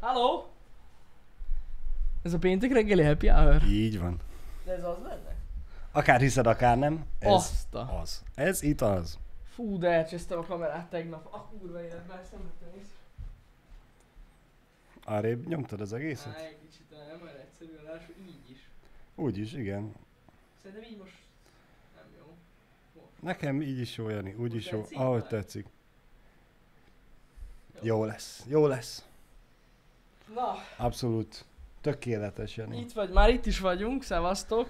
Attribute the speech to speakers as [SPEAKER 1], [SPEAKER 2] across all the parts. [SPEAKER 1] Halló? Ez a péntek reggeli happy hour?
[SPEAKER 2] Így van.
[SPEAKER 1] De ez az lenne?
[SPEAKER 2] Akár hiszed, akár nem. Ez
[SPEAKER 1] Azt a-
[SPEAKER 2] az. Ez itt az.
[SPEAKER 1] Fú, de elcsesztem a kamerát tegnap. A kurva életben, ezt nem vettem észre.
[SPEAKER 2] Arrébb nyomtad az egészet?
[SPEAKER 1] Á, egy kicsit nem olyan egyszerű, a ráadásul így is.
[SPEAKER 2] Úgy is, igen.
[SPEAKER 1] Szerintem így most nem jó.
[SPEAKER 2] Nekem így is jó, Jani. Úgy
[SPEAKER 1] Úgy
[SPEAKER 2] is jó.
[SPEAKER 1] tetszik?
[SPEAKER 2] Ahogy tetszik. Jó lesz. Jó lesz.
[SPEAKER 1] Na,
[SPEAKER 2] Abszolút. Tökéletes, Jani.
[SPEAKER 1] itt vagy, már itt is vagyunk, szevasztok.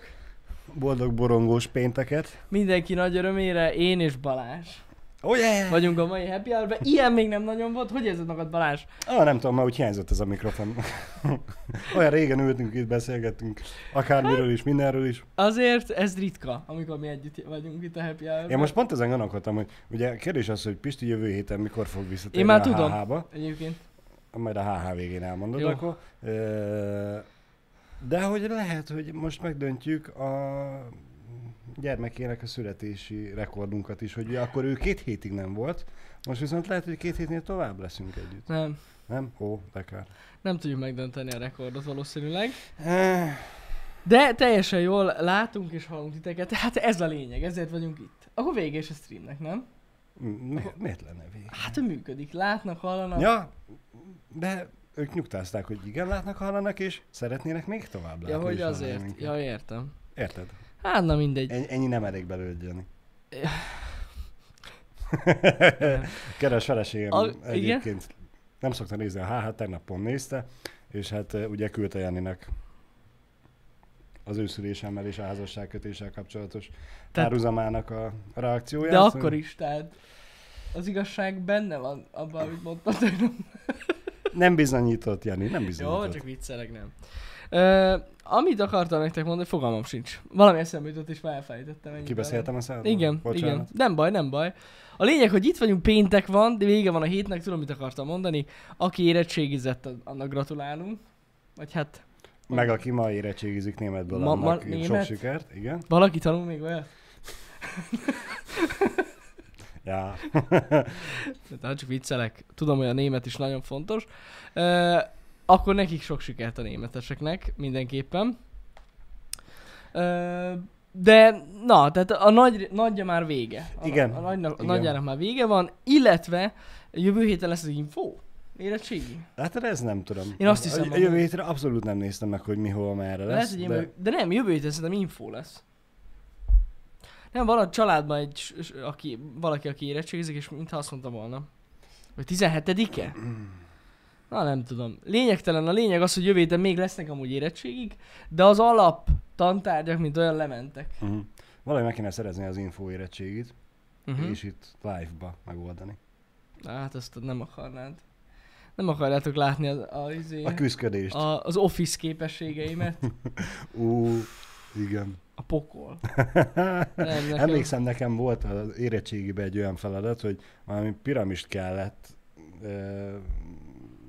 [SPEAKER 2] Boldog borongós pénteket.
[SPEAKER 1] Mindenki nagy örömére, én és Balázs.
[SPEAKER 2] Oh yeah!
[SPEAKER 1] Vagyunk a mai happy hour Ilyen még nem nagyon volt. Hogy érzed magad, Balázs?
[SPEAKER 2] Ah, nem tudom, már úgy hiányzott ez a mikrofon. Olyan régen ültünk itt, beszélgettünk. Akármiről is, mindenről is.
[SPEAKER 1] Azért ez ritka, amikor mi együtt vagyunk itt a happy hour
[SPEAKER 2] Én most pont ezen gondolkodtam, hogy ugye kérdés az, hogy Pisti jövő héten mikor fog visszatérni
[SPEAKER 1] Én már
[SPEAKER 2] a
[SPEAKER 1] tudom.
[SPEAKER 2] HH-ba.
[SPEAKER 1] Egyébként.
[SPEAKER 2] majd a HH végén elmondod
[SPEAKER 1] Jó.
[SPEAKER 2] Jó. akkor. Ö, De hogy lehet, hogy most megdöntjük a gyermekének a születési rekordunkat is, hogy ugye akkor ő két hétig nem volt, most viszont lehet, hogy két hétnél tovább leszünk együtt.
[SPEAKER 1] Nem.
[SPEAKER 2] Nem? Ó, de kár.
[SPEAKER 1] Nem tudjuk megdönteni a rekordot valószínűleg.
[SPEAKER 2] Eh,
[SPEAKER 1] De teljesen jól látunk és hallunk titeket, tehát ez a lényeg, ezért vagyunk itt. Akkor vége is a streamnek, nem?
[SPEAKER 2] mi- Miért lenne végig?
[SPEAKER 1] Hát ő működik, látnak, hallanak.
[SPEAKER 2] Ja, de ők nyugtázták, hogy igen, látnak, hallanak, és szeretnének még tovább látni.
[SPEAKER 1] ja hogy
[SPEAKER 2] és hallani
[SPEAKER 1] azért.
[SPEAKER 2] minket.
[SPEAKER 1] Ja, értem.
[SPEAKER 2] Érted?
[SPEAKER 1] Hát na mindegy.
[SPEAKER 2] Ennyi, ennyi nem elég belőled, Jani.
[SPEAKER 1] Ja.
[SPEAKER 2] Kedves feleségem
[SPEAKER 1] A-
[SPEAKER 2] a,
[SPEAKER 1] igen?
[SPEAKER 2] egyébként igen? nem szokta nézni a HH, tegnap pont nézte, és hát eh, ugye küldte Janinak az őszülésemmel és a házasságkötéssel kapcsolatos
[SPEAKER 1] Tehát-
[SPEAKER 2] párhuzamának a reakcióját. szóval
[SPEAKER 1] De akkor is, tehát az igazság benne van abban, amit mondtad, hogy nem
[SPEAKER 2] Nem bizonyított, Jani, nem
[SPEAKER 1] Jó,
[SPEAKER 2] bizonyított.
[SPEAKER 1] csak viccelek, nem. Ö, amit akartam nektek mondani, fogalmam sincs. Valami eszembe jutott, és már elfelejtettem. ennyi
[SPEAKER 2] Kibeszéltem a szádat?
[SPEAKER 1] bele. Igen,
[SPEAKER 2] Bocsánat.
[SPEAKER 1] igen. Nem baj, nem baj. A lényeg, hogy itt vagyunk, péntek van, de vége van a hétnek, tudom, mit akartam mondani. Aki érettségizett, an- annak gratulálunk. Vagy hát
[SPEAKER 2] Meg aki ma érettségizik németből,
[SPEAKER 1] Ma-
[SPEAKER 2] ma,
[SPEAKER 1] ma
[SPEAKER 2] annak ma, sok
[SPEAKER 1] német?
[SPEAKER 2] sikert, igen.
[SPEAKER 1] valaki tanul még olyat?
[SPEAKER 2] Ja.
[SPEAKER 1] Tehát csak viccelek. Tudom, hogy a német is nagyon fontos. Ö, akkor nekik sok sikert a németeseknek, mindenképpen. Ö, de, na, tehát a nagy, nagyja már vége. A,
[SPEAKER 2] Igen.
[SPEAKER 1] A, nagynak, a
[SPEAKER 2] Igen.
[SPEAKER 1] nagyjának már vége van, illetve jövő héten lesz az info. Érettségi.
[SPEAKER 2] Látod, Hát ez nem tudom.
[SPEAKER 1] Én azt hiszem,
[SPEAKER 2] A- A jövő hétre abszolút nem néztem meg, hogy mi hol merre
[SPEAKER 1] Lesz,
[SPEAKER 2] lesz.
[SPEAKER 1] Lehet, hogy de... Jövő, de nem, jövő héten szerintem info lesz. Nem, van a családban egy, s- s- aki, valaki, aki érettségizik, és mintha azt mondta volna. Hogy 17-e? Na nem tudom. Lényegtelen, a lényeg az, hogy jövő héten még lesznek amúgy érettségig, de az alap tantárgyak, mint olyan lementek.
[SPEAKER 2] Uh-huh. Valahogy meg kéne szerezni az info érettségit,
[SPEAKER 1] Uh-huh.
[SPEAKER 2] uh-huh. és itt live-ba megoldani.
[SPEAKER 1] Hát azt nem akarnád. Nem akarjátok látni az, a, izé-
[SPEAKER 2] A küzdködést. A...
[SPEAKER 1] a, az office képességeimet.
[SPEAKER 2] Ú, igen.
[SPEAKER 1] A pokol. Nem, nekem-
[SPEAKER 2] Emlékszem, nekem volt az érettségiben egy olyan feladat, hogy valami piramist kellett ö,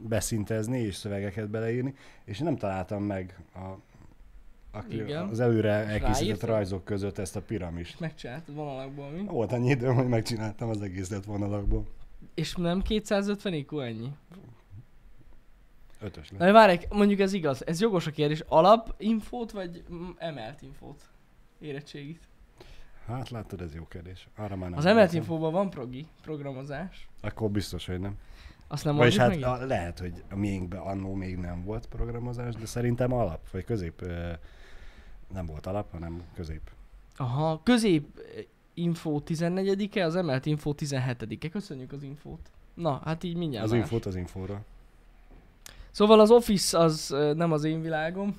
[SPEAKER 2] beszintezni és szövegeket beleírni, és én nem találtam meg a, aki
[SPEAKER 1] Igen.
[SPEAKER 2] az előre elkészített
[SPEAKER 1] ráírtad?
[SPEAKER 2] rajzok között ezt a piramist.
[SPEAKER 1] Megcsináltad vonalakból, mi?
[SPEAKER 2] Volt annyi időm, hogy megcsináltam az egészet vonalakból.
[SPEAKER 1] És nem 250 IQ ennyi?
[SPEAKER 2] Ötös lett.
[SPEAKER 1] Na de várj, mondjuk ez igaz, ez jogos a kérdés. Alapinfót vagy mm, emelt infót? Érettségit.
[SPEAKER 2] Hát látod, ez jó kérdés. Arra már nem.
[SPEAKER 1] Az emelt
[SPEAKER 2] emlékszem.
[SPEAKER 1] infóban van progi, programozás.
[SPEAKER 2] Akkor biztos, hogy nem.
[SPEAKER 1] Azt nem
[SPEAKER 2] Vagyis
[SPEAKER 1] mondjuk
[SPEAKER 2] hát
[SPEAKER 1] hát
[SPEAKER 2] a, lehet, hogy a miénkben annó még nem volt programozás, de szerintem alap, vagy közép ö, nem volt alap, hanem közép.
[SPEAKER 1] Aha, közép eh, infó 14-e, az emelt infó 17-e. Köszönjük az infót. Na, hát így mindjárt
[SPEAKER 2] az
[SPEAKER 1] más.
[SPEAKER 2] infót az infóra.
[SPEAKER 1] Szóval az Office az eh, nem az én világom.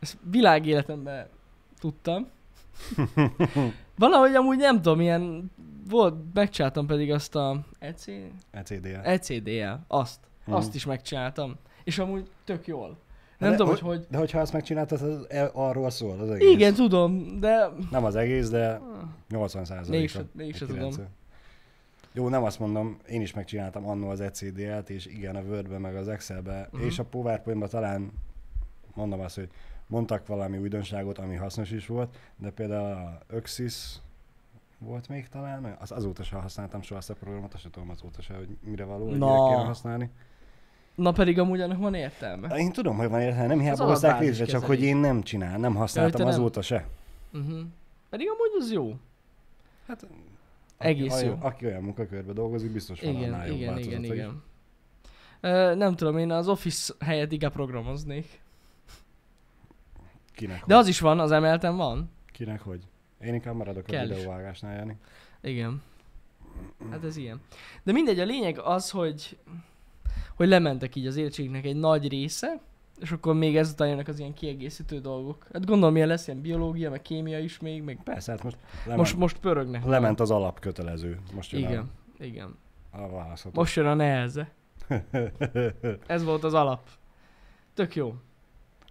[SPEAKER 1] Ezt világéletemben tudtam. Valahogy amúgy nem tudom, ilyen volt, megcsináltam pedig azt a E EC,
[SPEAKER 2] ECDL.
[SPEAKER 1] E, ECDL, azt.
[SPEAKER 2] Mhm.
[SPEAKER 1] Azt is megcsináltam. És amúgy tök jól.
[SPEAKER 2] De
[SPEAKER 1] Nem tudom, hogy
[SPEAKER 2] hogy-
[SPEAKER 1] hogy...
[SPEAKER 2] De hogyha azt megcsináltad, az e- arról szól az egész.
[SPEAKER 1] Igen, tudom, de...
[SPEAKER 2] Nem az egész, de 80
[SPEAKER 1] Mégis,
[SPEAKER 2] százaléka.
[SPEAKER 1] mégis
[SPEAKER 2] Egy
[SPEAKER 1] tudom.
[SPEAKER 2] 90. Jó, nem azt mondom, én is megcsináltam annó az E ECDL-t, és igen, a Word-be, meg az Excel-be,
[SPEAKER 1] Mhm.
[SPEAKER 2] uh-huh. és a PowerPoint-ba talán mondom azt, hogy mondtak valami újdonságot, ami hasznos is volt, de például a Öxis volt még talán, az azóta sem használtam soha azt a programot, azt sem tudom azóta se, hogy mire való, hogy
[SPEAKER 1] Na.
[SPEAKER 2] mire kéne használni.
[SPEAKER 1] Na pedig amúgy annak van értelme.
[SPEAKER 2] Én tudom, hogy van értelme, nem hiába
[SPEAKER 1] Az
[SPEAKER 2] hozzák
[SPEAKER 1] adatbázis
[SPEAKER 2] létre, csak
[SPEAKER 1] kezelés.
[SPEAKER 2] hogy én nem csinál, nem használtam
[SPEAKER 1] te nem.
[SPEAKER 2] azóta se.
[SPEAKER 1] Uh-huh. Pedig amúgy az jó.
[SPEAKER 2] Hát,
[SPEAKER 1] Egész
[SPEAKER 2] aki,
[SPEAKER 1] jó.
[SPEAKER 2] Aki olyan munkakörbe dolgozik, biztos van
[SPEAKER 1] Igen,
[SPEAKER 2] annál jobb
[SPEAKER 1] igen,
[SPEAKER 2] változata
[SPEAKER 1] igen,
[SPEAKER 2] is.
[SPEAKER 1] igen. Ö, nem tudom, én az Office helyett inkább programoznék.
[SPEAKER 2] Kinek,
[SPEAKER 1] De
[SPEAKER 2] hogy,
[SPEAKER 1] az is van, az emelten van.
[SPEAKER 2] kinek hogy? Én inkább maradok a
[SPEAKER 1] Kell is.
[SPEAKER 2] videóvágásnál, Jani.
[SPEAKER 1] Igen. Hát ez ilyen. De mindegy, a lényeg az, hogy, hogy lementek így az érettségnek egy nagy része, és akkor még ezután jönnek az ilyen kiegészítő dolgok. Hát gondolom, ilyen lesz ilyen biológia, meg kémia is még, meg
[SPEAKER 2] Persze, hát most lement,
[SPEAKER 1] most,
[SPEAKER 2] most
[SPEAKER 1] most pörögnek.
[SPEAKER 2] lement az alapkötelező. Most jön
[SPEAKER 1] Igen, igen.
[SPEAKER 2] a, a választható.
[SPEAKER 1] Most jön a neheze. Ez volt az alap. Tök jó.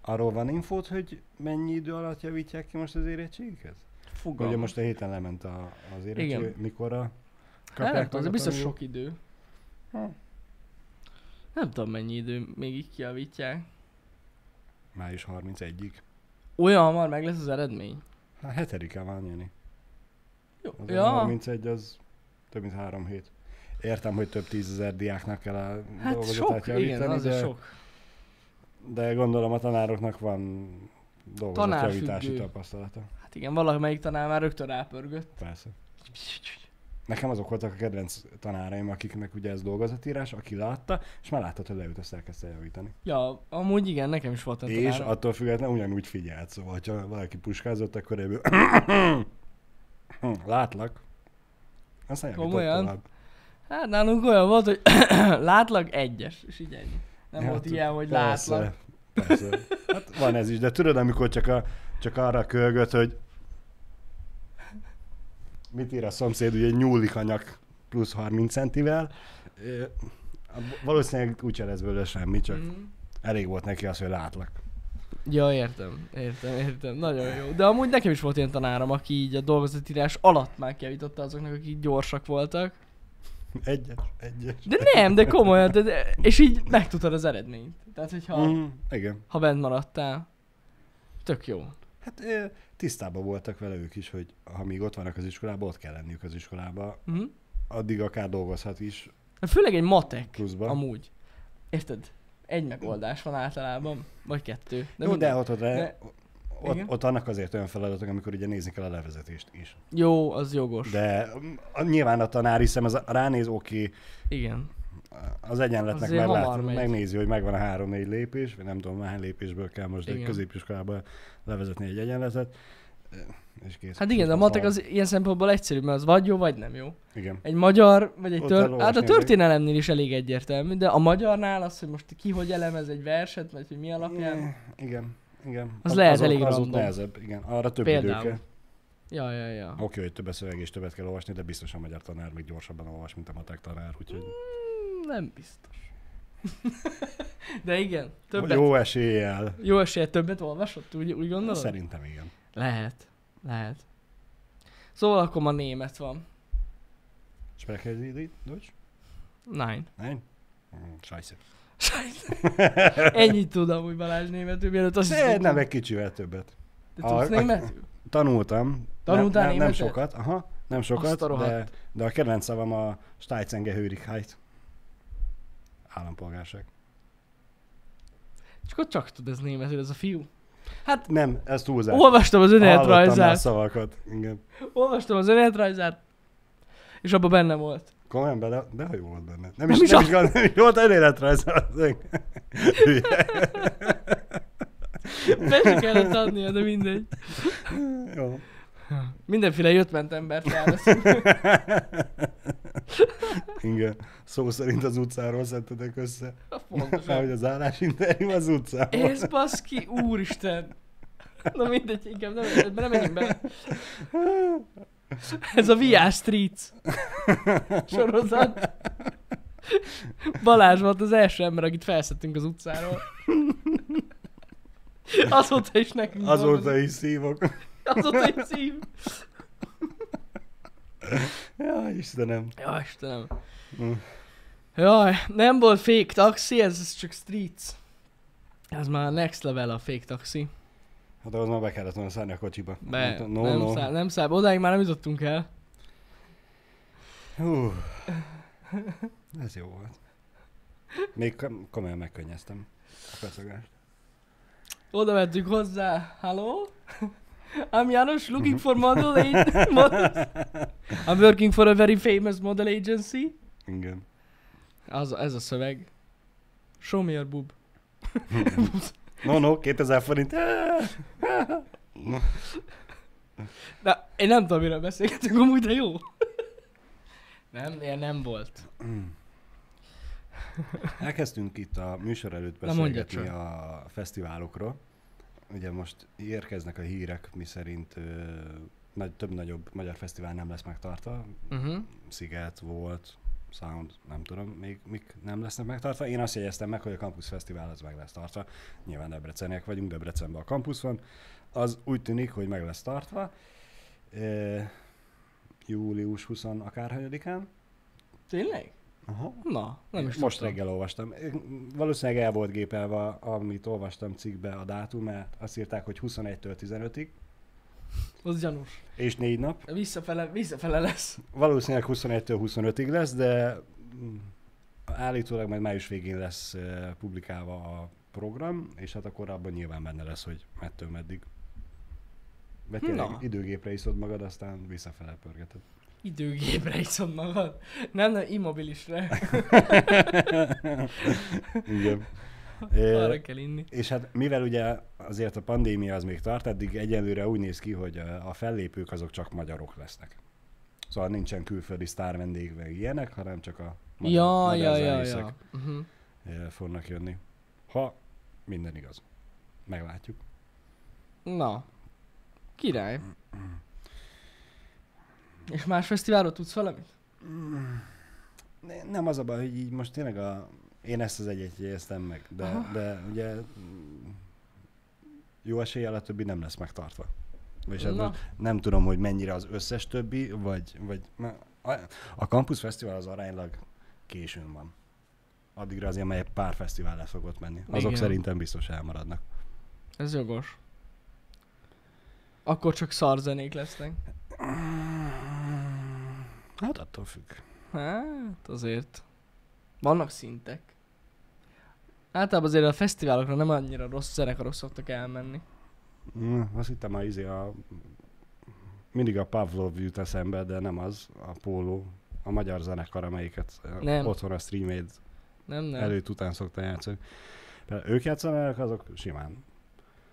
[SPEAKER 2] Arról van infót, hogy mennyi idő alatt javítják ki most az érettségiket?
[SPEAKER 1] Fogalmam.
[SPEAKER 2] Ugye most a héten lement a, az érettség,
[SPEAKER 1] Igen.
[SPEAKER 2] mikorra
[SPEAKER 1] Hát nem tudom,
[SPEAKER 2] magat
[SPEAKER 1] ez
[SPEAKER 2] a
[SPEAKER 1] biztos
[SPEAKER 2] tanulók?
[SPEAKER 1] sok idő.
[SPEAKER 2] Hm.
[SPEAKER 1] Nem tudom mennyi idő még így kiavítják.
[SPEAKER 2] Május 31-ig.
[SPEAKER 1] Olyan hamar meg lesz az eredmény.
[SPEAKER 2] Hát hetediken van, Jani.
[SPEAKER 1] Jó.
[SPEAKER 2] Az
[SPEAKER 1] Ja,
[SPEAKER 2] ja. 31 az több mint három hét. Értem, hogy több tízezer diáknak kell a
[SPEAKER 1] hát
[SPEAKER 2] dolgozatát
[SPEAKER 1] sok, igen,
[SPEAKER 2] javítani,
[SPEAKER 1] az
[SPEAKER 2] de,
[SPEAKER 1] de... sok.
[SPEAKER 2] de gondolom a tanároknak van dolgozatjavítási
[SPEAKER 1] Tanárfüggő.
[SPEAKER 2] tapasztalata.
[SPEAKER 1] Hát igen, valamelyik tanár már rögtön rápörgött.
[SPEAKER 2] Persze. Nekem azok voltak a kedvenc tanáraim, akiknek ugye ez dolgozatírás, aki látta, és már láttad, hogy leült, azt elkezdte javítani.
[SPEAKER 1] Ja, amúgy igen, nekem is volt egy
[SPEAKER 2] és
[SPEAKER 1] tanárom.
[SPEAKER 2] attól függetlenül ugyanúgy figyelt, szóval ha valaki puskázott, akkor ebből látlak. Aztán javított
[SPEAKER 1] Komolyan?
[SPEAKER 2] tovább.
[SPEAKER 1] Hát nálunk olyan volt, hogy látlak egyes, és így ennyi. Nem
[SPEAKER 2] Ja,
[SPEAKER 1] volt
[SPEAKER 2] tud-
[SPEAKER 1] ilyen, hogy
[SPEAKER 2] Hát, persze,
[SPEAKER 1] látlak.
[SPEAKER 2] Persze. Hát van ez is, de tudod, amikor csak, a, csak arra kölgött, hogy mit ír a szomszéd, ugye nyúlik anyak plusz 30 centivel, Ö, valószínűleg úgyse lesz belőle semmi, csak
[SPEAKER 1] Mhm.
[SPEAKER 2] elég volt neki az, hogy látlak.
[SPEAKER 1] Ja, értem, értem, értem. Nagyon jó. De amúgy nekem is volt ilyen tanárom, aki így a dolgozatírás alatt már kijavította azoknak, akik gyorsak voltak.
[SPEAKER 2] Egyes, egyes.
[SPEAKER 1] De nem, de komolyan, de, de, és így megtudtad az eredményt. Tehát, hogyha mm.
[SPEAKER 2] Mm, igen.
[SPEAKER 1] ha bent maradtál, tök jó.
[SPEAKER 2] Hát ö, tisztában voltak vele ők is, hogy ha még ott vannak az iskolában, ott kell lenniük az iskolába.
[SPEAKER 1] Mm.
[SPEAKER 2] Addig akár dolgozhat is
[SPEAKER 1] Hát Főleg egy matek,
[SPEAKER 2] pluszban.
[SPEAKER 1] amúgy. Érted? Egy megoldás van általában, vagy kettő.
[SPEAKER 2] De
[SPEAKER 1] De
[SPEAKER 2] Jó,
[SPEAKER 1] mindegy.
[SPEAKER 2] de ott, ott,
[SPEAKER 1] De-
[SPEAKER 2] ott,
[SPEAKER 1] igen.
[SPEAKER 2] ott annak azért olyan feladatok, amikor ugye nézni kell a levezetést is.
[SPEAKER 1] Jó, az jogos. De...
[SPEAKER 2] De mm, a- nyilván a tanár hiszem, az ránéz, oké,
[SPEAKER 1] Igen.
[SPEAKER 2] az egyenletnek
[SPEAKER 1] Azért
[SPEAKER 2] meglát,
[SPEAKER 1] hamar megy.
[SPEAKER 2] megnézi, hogy megvan a három-négy lépés, vagy nem tudom, hány lépésből kell most egy
[SPEAKER 1] Igen.
[SPEAKER 2] középiskolában levezetni egy egyenletet, ö, és kész.
[SPEAKER 1] Hát igen, de a matek az ilyen szempontból egyszerűbb, mert az vagy jó, vagy nem jó.
[SPEAKER 2] Igen.
[SPEAKER 1] Egy magyar, vagy egy
[SPEAKER 2] Ott
[SPEAKER 1] tör...
[SPEAKER 2] elolvasni
[SPEAKER 1] Hát a
[SPEAKER 2] ezek.
[SPEAKER 1] történelemnél is elég egyértelmű, de a magyarnál az, hogy most ki hogy elemez egy verset, vagy hogy mi alapján.
[SPEAKER 2] Igen, igen.
[SPEAKER 1] Az lehet
[SPEAKER 2] azok-
[SPEAKER 1] elég
[SPEAKER 2] az ott
[SPEAKER 1] random.
[SPEAKER 2] nehezebb, igen. Arra több idő
[SPEAKER 1] Például.
[SPEAKER 2] kell.
[SPEAKER 1] Ja, ja, ja.
[SPEAKER 2] Oké, hogy több a szöveg és többet kell olvasni, de biztos a magyar tanár még gyorsabban olvas, mint a matek tanár, úgyhogy
[SPEAKER 1] Mm, Nem biztos. De igen, többet. Jó,
[SPEAKER 2] jó eséllyel.
[SPEAKER 1] jó esélye többet olvasott, úgy, úgy gondolod?
[SPEAKER 2] Szerintem igen.
[SPEAKER 1] Lehet, lehet. Szóval akkor ma német van.
[SPEAKER 2] Sprechen Sie die Deutsch?
[SPEAKER 1] Nein.
[SPEAKER 2] Nein? Hm, Scheiße.
[SPEAKER 1] Sajt. Ennyit tudom, hogy Balázs németül, mielőtt azt
[SPEAKER 2] De nem, egy kicsivel többet.
[SPEAKER 1] Te
[SPEAKER 2] a-
[SPEAKER 1] tudsz
[SPEAKER 2] a-
[SPEAKER 1] németül?
[SPEAKER 2] Tanultam.
[SPEAKER 1] Tanultál
[SPEAKER 2] nem, nem, nem
[SPEAKER 1] németet?
[SPEAKER 2] sokat, aha, nem
[SPEAKER 1] Azt a
[SPEAKER 2] sokat, de,
[SPEAKER 1] rohadt.
[SPEAKER 2] de a kedvenc szavam a Steitzenge Hörigkeit. Állampolgárság.
[SPEAKER 1] Csak ott csak tud ez németül, ez a fiú. Hát,
[SPEAKER 2] Nem, ez túlzás.
[SPEAKER 1] olvastam az
[SPEAKER 2] Hallottam már
[SPEAKER 1] önéletrajzát.
[SPEAKER 2] szavakat. Igen.
[SPEAKER 1] Olvastam az önéletrajzát. És abban benne volt.
[SPEAKER 2] Komolyan bele, de ha jó volt benne. Nem,
[SPEAKER 1] is
[SPEAKER 2] is, nem,
[SPEAKER 1] a-
[SPEAKER 2] is, gond- nem is volt önéletrajz.
[SPEAKER 1] Be se kellett adnia, de mindegy.
[SPEAKER 2] jó.
[SPEAKER 1] Mindenféle jött-ment embert elveszünk.
[SPEAKER 2] Igen. Szó szerint az utcáról szedtetek össze. Már
[SPEAKER 1] Fontosan.
[SPEAKER 2] hogy az állásinterjú az utcában.
[SPEAKER 1] Ez baszki, úristen. Na mindegy, inkább nem, ebbe nem menjünk bele. Ez a VR Street sorozat. Balázs volt az első ember, akit felszettünk az utcáról. Azóta is nekünk
[SPEAKER 2] Azóta
[SPEAKER 1] dolgozik.
[SPEAKER 2] is szívok.
[SPEAKER 1] Azóta is szív.
[SPEAKER 2] Ja, Istenem.
[SPEAKER 1] Ja, Istenem.
[SPEAKER 2] Mm.
[SPEAKER 1] Jaj, nem volt fake taxi, ez, ez csak streets. Ez már next level a fake taxi.
[SPEAKER 2] Hát ahhoz már be kellett volna szállni a kocsiba.
[SPEAKER 1] Be,
[SPEAKER 2] Hát, no,
[SPEAKER 1] nem,
[SPEAKER 2] no.
[SPEAKER 1] Száll, nem száll, odáig már nem jutottunk el.
[SPEAKER 2] Hú. Ez jó volt. Még kom- komolyan megkönnyeztem a kacagást.
[SPEAKER 1] Oda vettük hozzá, hello? I'm Janos, looking for model a- models. I'm working for a very famous model agency.
[SPEAKER 2] Igen.
[SPEAKER 1] Az, ez a szöveg. Show me your boob.
[SPEAKER 2] No, no, 2000 forint.
[SPEAKER 1] Na, én nem tudom, miről beszélgetünk amúgy, de jó. Nem, ilyen nem volt.
[SPEAKER 2] Elkezdtünk itt a műsor előtt
[SPEAKER 1] Na, mondja
[SPEAKER 2] beszélgetni a fesztiválokról. Ugye most érkeznek a hírek, miszerint ö, nagy, több nagyobb magyar fesztivál nem lesz megtartva.
[SPEAKER 1] Uh-huh.
[SPEAKER 2] Sziget volt, Sound, nem tudom még mik nem lesznek megtartva. Én azt jegyeztem meg, hogy a Campus Fesztivál az meg lesz tartva. Nyilván debreceniek vagyunk, Debrecenben a Campus van. Az úgy tűnik, hogy meg lesz tartva. Ö, július 20 akárhanyadikán.
[SPEAKER 1] Tényleg?
[SPEAKER 2] Aha.
[SPEAKER 1] Na, nem is
[SPEAKER 2] Most
[SPEAKER 1] tudtam.
[SPEAKER 2] reggel olvastam. Valószínűleg el volt gépelve, a- amit olvastam cikkbe a dátum, mert azt írták, hogy 21-től 15-ig,
[SPEAKER 1] Az gyanús.
[SPEAKER 2] és négy nap.
[SPEAKER 1] Visszafele, visszafele lesz.
[SPEAKER 2] Valószínűleg 21-től 25-ig lesz, de mm, állítólag majd május végén lesz eh, publikálva a program, és hát akkor abban nyilván benne lesz, hogy mettől meddig. Mert tényleg
[SPEAKER 1] Na.
[SPEAKER 2] időgépre iszod magad, aztán visszafele pörgeted.
[SPEAKER 1] Időgépre iszod magad. Nem, nem, immobilisre.
[SPEAKER 2] Igen. Eh,
[SPEAKER 1] Arra kell inni.
[SPEAKER 2] És hát mivel ugye azért a pandémia az még tart, eddig egyelőre úgy néz ki, hogy ö, a fellépők azok csak magyarok lesznek. Szóval nincsen külföldi sztár vendég, meg ilyenek, hanem csak a
[SPEAKER 1] Ja, ja, ja,
[SPEAKER 2] zenészek,
[SPEAKER 1] ja. Uh-huh.
[SPEAKER 2] ö, fognak jönni. Ha minden igaz. Meglátjuk.
[SPEAKER 1] Na. Király. És más fesztiválról tudsz valamit?
[SPEAKER 2] Ne- Nem az a baj, hogy így most tényleg a... Én ezt az egyet jegyeztem meg, de,
[SPEAKER 1] Aha.
[SPEAKER 2] de ugye mm, jó eséllyel a többi nem lesz megtartva. És hát
[SPEAKER 1] Na.
[SPEAKER 2] most nem tudom, hogy mennyire az összes többi, vagy... vagy na, a, a Campus Fesztivál az aránylag későn van. Addigra azért már egy pár fesztiválra szokott menni. Azok
[SPEAKER 1] Igen.
[SPEAKER 2] szerintem biztos elmaradnak.
[SPEAKER 1] Ez jogos. Akkor csak szarzenék lesznek.
[SPEAKER 2] Hát attól függ.
[SPEAKER 1] Hát azért. Vannak szintek. Általában azért a fesztiválokra nem annyira rossz zenekarok szoktak elmenni.
[SPEAKER 2] Mm, azt hittem a izé a... Mindig a Pavlov jut eszembe, de nem az, a póló. A magyar zenekar, amelyiket ö,
[SPEAKER 1] Nem.
[SPEAKER 2] otthon a streamed
[SPEAKER 1] Nem, nem.
[SPEAKER 2] előtt után szokta játszani. De ők játszanának, azok simán